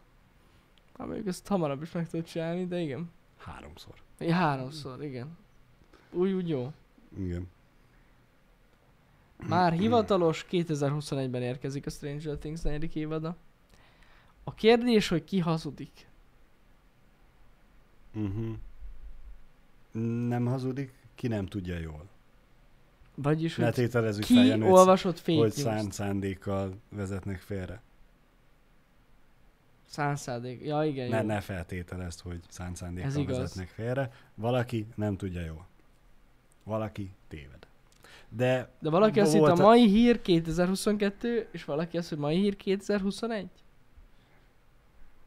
[SPEAKER 1] Hát mondjuk ezt hamarabb is meg tudod csinálni, de igen.
[SPEAKER 2] Háromszor.
[SPEAKER 1] Ja, Háromszor, igen. Úgy, úgy jó.
[SPEAKER 2] Igen.
[SPEAKER 1] Már hivatalos 2021-ben érkezik a Stranger Things 4. évada. A kérdés, hogy ki hazudik.
[SPEAKER 2] Uh-huh. Nem hazudik, ki nem tudja jól.
[SPEAKER 1] Vagyis, hogy
[SPEAKER 2] Letételezzük
[SPEAKER 1] ki
[SPEAKER 2] fel, Janő,
[SPEAKER 1] olvasott fake
[SPEAKER 2] hogy
[SPEAKER 1] news
[SPEAKER 2] szánt szándékkal vezetnek félre.
[SPEAKER 1] Szánszádék. Ja, igen,
[SPEAKER 2] Ne,
[SPEAKER 1] jó.
[SPEAKER 2] ne feltételezd, hogy szánt
[SPEAKER 1] Ez
[SPEAKER 2] szándékkal
[SPEAKER 1] igaz.
[SPEAKER 2] vezetnek félre. Valaki nem tudja jól. Valaki téved. De
[SPEAKER 1] De valaki azt
[SPEAKER 2] Volt
[SPEAKER 1] hitt, a
[SPEAKER 2] a-
[SPEAKER 1] mai hír 2022, és valaki azt, hogy mai hír 2021.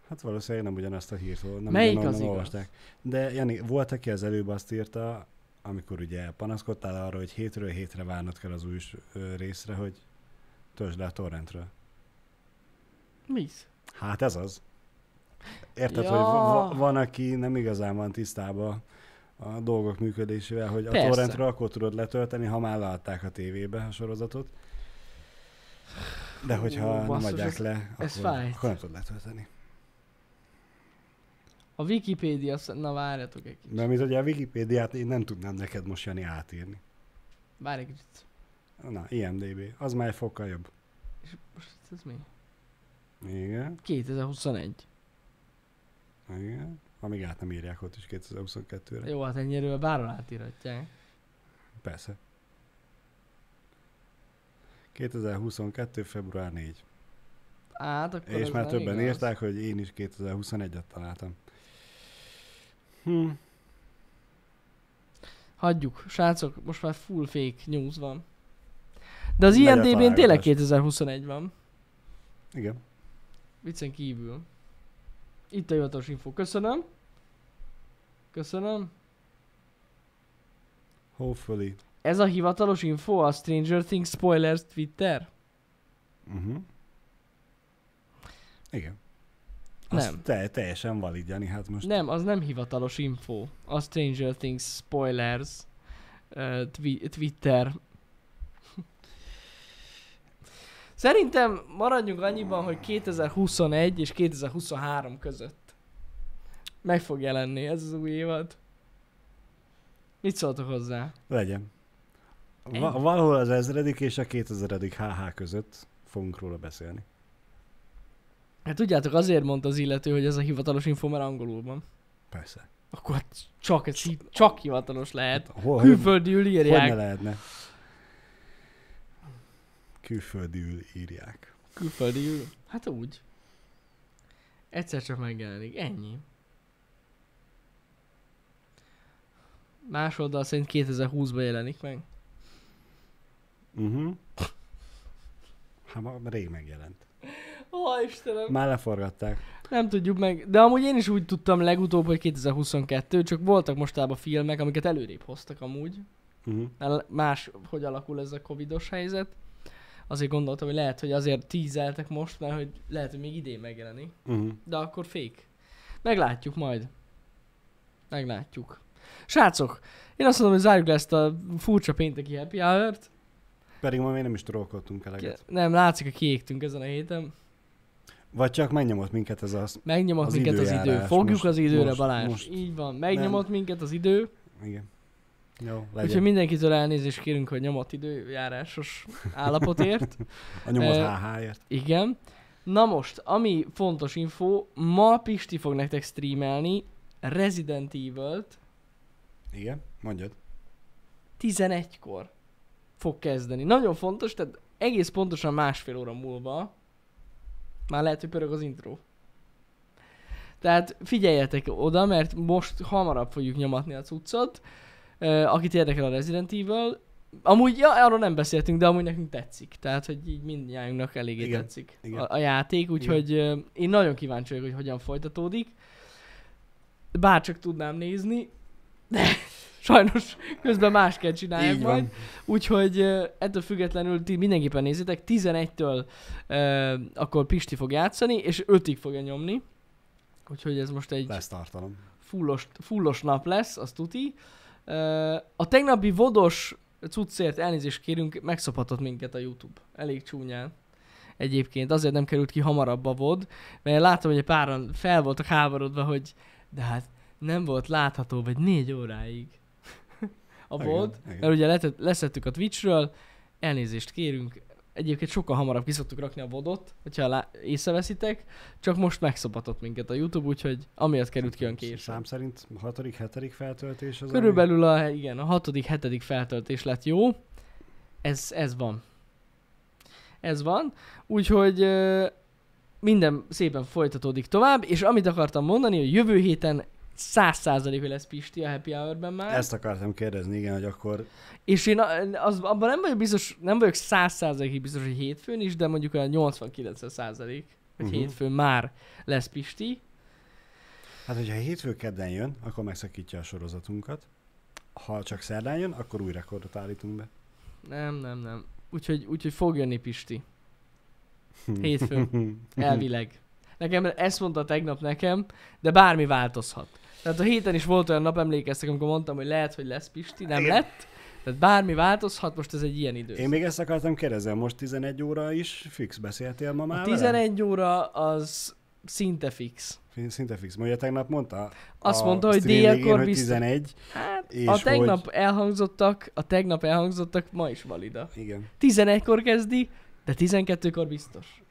[SPEAKER 2] hát valószínűleg nem ugyanazt a hírt ol- nem
[SPEAKER 1] Melyik
[SPEAKER 2] ugyanonnan
[SPEAKER 1] az igaz?
[SPEAKER 2] olvasták. De Jani, volt, aki az előbb azt írta, amikor ugye panaszkodtál arra, hogy hétről hétre várnod kell az új s- ö, részre, hogy töltsd le a torrentről.
[SPEAKER 1] Mi?
[SPEAKER 2] Hát ez az. Érted,
[SPEAKER 1] Ja.
[SPEAKER 2] hogy va- va- van, aki nem igazán van tisztában a dolgok működésével, hogy Persze.
[SPEAKER 1] Persze.
[SPEAKER 2] a torrentre akkor tudod letölteni, ha már leadták a tévébe a sorozatot. De hogyha Ó,
[SPEAKER 1] basszus,
[SPEAKER 2] nem adják
[SPEAKER 1] ez-
[SPEAKER 2] le,
[SPEAKER 1] ez
[SPEAKER 2] akkor,
[SPEAKER 1] fájt.
[SPEAKER 2] akkor nem tudod letölteni.
[SPEAKER 1] A Wikipédia, sz- na várjatok egy kicsit.
[SPEAKER 2] De mint ugye a Wikipédiát én nem tudnám neked most Jani átírni.
[SPEAKER 1] Várj egy kicsit.
[SPEAKER 2] Na, IMDB, az már egy fokkal jobb.
[SPEAKER 1] Most ez mi?
[SPEAKER 2] Igen,
[SPEAKER 1] 2021.
[SPEAKER 2] igen. Amíg át nem írják ott is 2022-re.
[SPEAKER 1] Jó, hát ennyire bárhol átírhatják.
[SPEAKER 2] Persze. 2022. február 4.
[SPEAKER 1] Hát akkor
[SPEAKER 2] És
[SPEAKER 1] ez
[SPEAKER 2] már
[SPEAKER 1] nem
[SPEAKER 2] többen
[SPEAKER 1] igaz.
[SPEAKER 2] írták, hogy én is 2021-et találtam. Hm.
[SPEAKER 1] Hagyjuk. Srácok, most már full fake news van. De az
[SPEAKER 2] Megy a
[SPEAKER 1] IMDB-n tényleg
[SPEAKER 2] találgatás.
[SPEAKER 1] 2021 van.
[SPEAKER 2] Igen.
[SPEAKER 1] Viccen kívül. Itt a hivatalos info. Köszönöm. Köszönöm.
[SPEAKER 2] Hopefully.
[SPEAKER 1] Ez a hivatalos info a Stranger Things spoilers Twitter?
[SPEAKER 2] Uh-huh. Igen.
[SPEAKER 1] Nem.
[SPEAKER 2] Azt te, teljesen valid, Jani, hát most...
[SPEAKER 1] Nem, az nem hivatalos info. A Stranger Things spoilers ö, twi- Twitter. Szerintem maradjunk annyiban, hogy 2021 és 2023 között meg fog jelenni ez az új évad. Mit szóltok hozzá?
[SPEAKER 2] Legyen. Va-
[SPEAKER 1] Ennyi.
[SPEAKER 2] valahol az ezredik és a 2000 HH között fogunk róla beszélni.
[SPEAKER 1] Hát tudjátok, azért mondta az illető, hogy ez a hivatalos info, mert angolul van.
[SPEAKER 2] Persze.
[SPEAKER 1] Akkor hát csak, ez, hi- csak hivatalos lehet.
[SPEAKER 2] Hol, hogy,
[SPEAKER 1] Külföldiül
[SPEAKER 2] hogy ne
[SPEAKER 1] Hát, írják.
[SPEAKER 2] lehetne? Külföldiül írják.
[SPEAKER 1] Külföldiül. Hát úgy. Egyszer csak megjelenik. Ennyi. Más oldal szerint 2020-ban jelenik meg.
[SPEAKER 2] Uh-huh. Hát ma rég megjelent.
[SPEAKER 1] Ó, Istenem.
[SPEAKER 2] Már leforgatták.
[SPEAKER 1] Nem tudjuk meg. De amúgy én is úgy tudtam legutóbb, hogy 2022, csak voltak mostában filmek, amiket előrébb hoztak amúgy.
[SPEAKER 2] Uh-huh.
[SPEAKER 1] Mert más, hogy alakul ez a covidos helyzet. Azért gondoltam, hogy lehet, hogy azért tízeltek most, mert hogy lehet, hogy még idén megjelenik.
[SPEAKER 2] Uh-huh.
[SPEAKER 1] De akkor fék. Meglátjuk majd. Meglátjuk. Srácok, én azt mondom, hogy zárjuk le ezt a furcsa pénteki happy hour-t.
[SPEAKER 2] Pedig ma még nem is trollkodtunk eleget.
[SPEAKER 1] Nem, látszik, hogy kiégtünk ezen a héten.
[SPEAKER 2] Vagy csak megnyomott minket ez az...
[SPEAKER 1] Megnyomott
[SPEAKER 2] Az
[SPEAKER 1] minket az idő.
[SPEAKER 2] időjárás.
[SPEAKER 1] Fogjuk
[SPEAKER 2] Most-
[SPEAKER 1] az időre,
[SPEAKER 2] most-
[SPEAKER 1] Balázs.
[SPEAKER 2] most.
[SPEAKER 1] Így van, megnyomott minket az idő.
[SPEAKER 2] Igen. Jó,
[SPEAKER 1] Úgyhogy
[SPEAKER 2] legyen.
[SPEAKER 1] mindenkitől elnézést kérünk, hogy nyomott időjárásos állapotért.
[SPEAKER 2] A nyomot
[SPEAKER 1] Eh,
[SPEAKER 2] HH-ért.
[SPEAKER 1] Igen. Na most, ami fontos info, ma Pisti fog nektek streamelni Resident Evil-t.
[SPEAKER 2] Igen, mondjad.
[SPEAKER 1] 11-kor fog kezdeni. Nagyon fontos, tehát egész pontosan másfél óra múlva már lehet, hogy pörög az intro. Tehát figyeljetek oda, mert most hamarabb fogjuk nyomatni a cuccot. Ö, Akit érdekel a Resident Evil, Amúgy, ja, arról nem beszéltünk, de amúgy nekünk tetszik. Tehát, hogy így mindnyájunknak eléggé
[SPEAKER 2] Igen,
[SPEAKER 1] tetszik
[SPEAKER 2] igen.
[SPEAKER 1] A, a játék, úgyhogy ö, én nagyon kíváncsi vagyok, hogy hogyan folytatódik. Bárcsak tudnám nézni, de sajnos közben más kell csinálják
[SPEAKER 2] Így
[SPEAKER 1] majd.
[SPEAKER 2] van.
[SPEAKER 1] Úgyhogy ö, ettől függetlenül ti mindenképpen nézzétek, 11-től ö, akkor Pisti fog játszani, és 5-ig fogja nyomni. Úgyhogy ez most egy
[SPEAKER 2] Lesz tartalom.
[SPEAKER 1] fullos, fullos nap lesz, az tuti. Ö, A tegnapi vodos cuccért elnézést kérünk, megszophatott minket a YouTube. Elég csúnyán. Egyébként azért nem került ki hamarabb a vod, mert látom, hogy egy páran fel voltak háborodva, hogy de hát nem volt látható, vagy négy óráig a
[SPEAKER 2] Igen,
[SPEAKER 1] vod,
[SPEAKER 2] igen.
[SPEAKER 1] mert ugye letet- leszettük a Twitchről, elnézést kérünk, egyébként sokkal hamarabb ki szoktuk rakni a vodot, hogyha lá- észreveszitek, csak most megszopatott minket a YouTube, úgyhogy amiatt került ki olyan később.
[SPEAKER 2] Szám szerint hatodik, hetedik feltöltés az,
[SPEAKER 1] Körülbelül a, igen, a hatodik, hetedik feltöltés lett jó. Ez, ez van. Ez van. Úgyhogy ö, minden szépen folytatódik tovább, és amit akartam mondani, hogy jövő héten 100% hogy lesz Pisti a Happy Hour-ben már.
[SPEAKER 2] Ezt akartam kérdezni, igen, hogy akkor...
[SPEAKER 1] És én a- az, abban nem vagyok biztos, nem vagyok 100%-ig biztos, hogy hétfőn is, de mondjuk olyan 80-90% hogy
[SPEAKER 2] Mhm.
[SPEAKER 1] uh-huh. hétfőn már lesz Pisti.
[SPEAKER 2] Hát, hogyha hétfő kedden jön, akkor megszakítja a sorozatunkat. Ha csak szerdán jön, akkor új rekordot állítunk be.
[SPEAKER 1] Nem, nem, nem. Úgyhogy, úgyhogy fog jönni Pisti. Hétfőn.
[SPEAKER 2] Mhm.
[SPEAKER 1] Elvileg. Nekem ezt mondta tegnap nekem, de bármi változhat. Tehát a héten is volt olyan nap, emlékeztek, amikor mondtam, hogy lehet, hogy lesz Pisti, nem
[SPEAKER 2] Igen.
[SPEAKER 1] lett. Tehát bármi változhat, most ez egy ilyen idő.
[SPEAKER 2] Én még ezt akartam kérdezni, most 11 óra is fix beszéltél ma már
[SPEAKER 1] A
[SPEAKER 2] velem?
[SPEAKER 1] 11 óra az szinte fix.
[SPEAKER 2] Fi- Szinte fix. Mondja, tegnap mondta?
[SPEAKER 1] Azt
[SPEAKER 2] a
[SPEAKER 1] mondta, hogy
[SPEAKER 2] stream végén,
[SPEAKER 1] délkor
[SPEAKER 2] hogy
[SPEAKER 1] biztos.
[SPEAKER 2] 11.
[SPEAKER 1] Hát,
[SPEAKER 2] És
[SPEAKER 1] a
[SPEAKER 2] hogy-
[SPEAKER 1] tegnap elhangzottak, a tegnap elhangzottak ma is valida.
[SPEAKER 2] Igen.
[SPEAKER 1] 11-kor kezdi, de 12-kor biztos.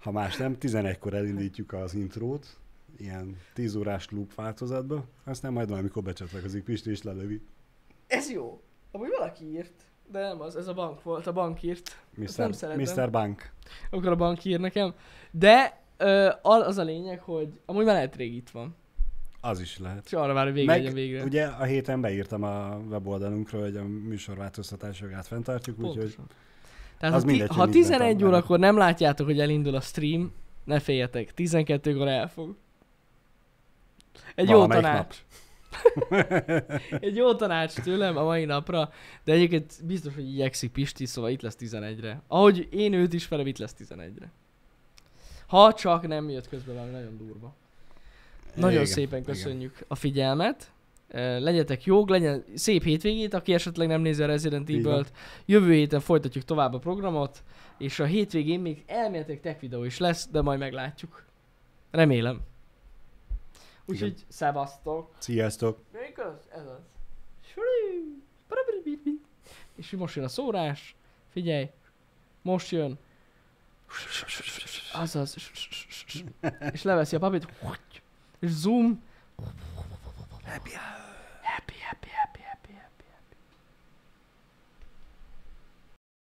[SPEAKER 2] Ha más nem, 11-kor elindítjuk az intrót, ilyen 10 órás loop változatba, aztán majd valamikor becsatlakozik Pisti és lelövi.
[SPEAKER 1] Ez jó. Amúgy valaki írt, de nem az, ez a bank volt, a bank írt. Azt nem
[SPEAKER 2] Mr.
[SPEAKER 1] szeretem.
[SPEAKER 2] Mr. Bank.
[SPEAKER 1] Akkor a bank ír nekem. De ö, al- az a lényeg, hogy amúgy már lehet rég itt van.
[SPEAKER 2] Az is lehet.
[SPEAKER 1] És arra vár, hogy vége
[SPEAKER 2] Meg
[SPEAKER 1] legyen végre.
[SPEAKER 2] Ugye a héten beírtam a weboldalunkra, hogy a műsorváltoztatás jogát fenntartjuk, úgyhogy
[SPEAKER 1] Pontosan. Tehát
[SPEAKER 2] az
[SPEAKER 1] ha, ti-
[SPEAKER 2] mindegy, hogy
[SPEAKER 1] ha
[SPEAKER 2] mit mentem
[SPEAKER 1] 11
[SPEAKER 2] bele.
[SPEAKER 1] órakor nem látjátok, hogy elindul a stream, ne féljetek, 12-kor elfog. Egy jó
[SPEAKER 2] Valamelyik
[SPEAKER 1] tanács. Egy jó tanács tőlem a mai napra, de egyébként biztos, hogy igyekszik Pisti, szóval itt lesz 11-re. Ahogy én őt ismerem, itt lesz 11-re. Ha csak nem jött közben valami nagyon durva. Nagyon
[SPEAKER 2] Igen,
[SPEAKER 1] szépen
[SPEAKER 2] igen.
[SPEAKER 1] köszönjük a figyelmet. Ö, Legyetek jók, legyen szép hétvégét, aki esetleg nem nézi a Resident
[SPEAKER 2] Így van.
[SPEAKER 1] Evil-t. Jövő héten folytatjuk tovább a programot, és a hétvégén még elméletileg tech videó is lesz, de majd meglátjuk. Remélem. Úgyhogy szevasztok.
[SPEAKER 2] Sziasztok!
[SPEAKER 1] Mégköz, ez az. Suri. Parabiribiribi. És most jön a szórás. Figyelj. Most jön. Azaz. És leveszi a papírt. És zoom. Happy hour.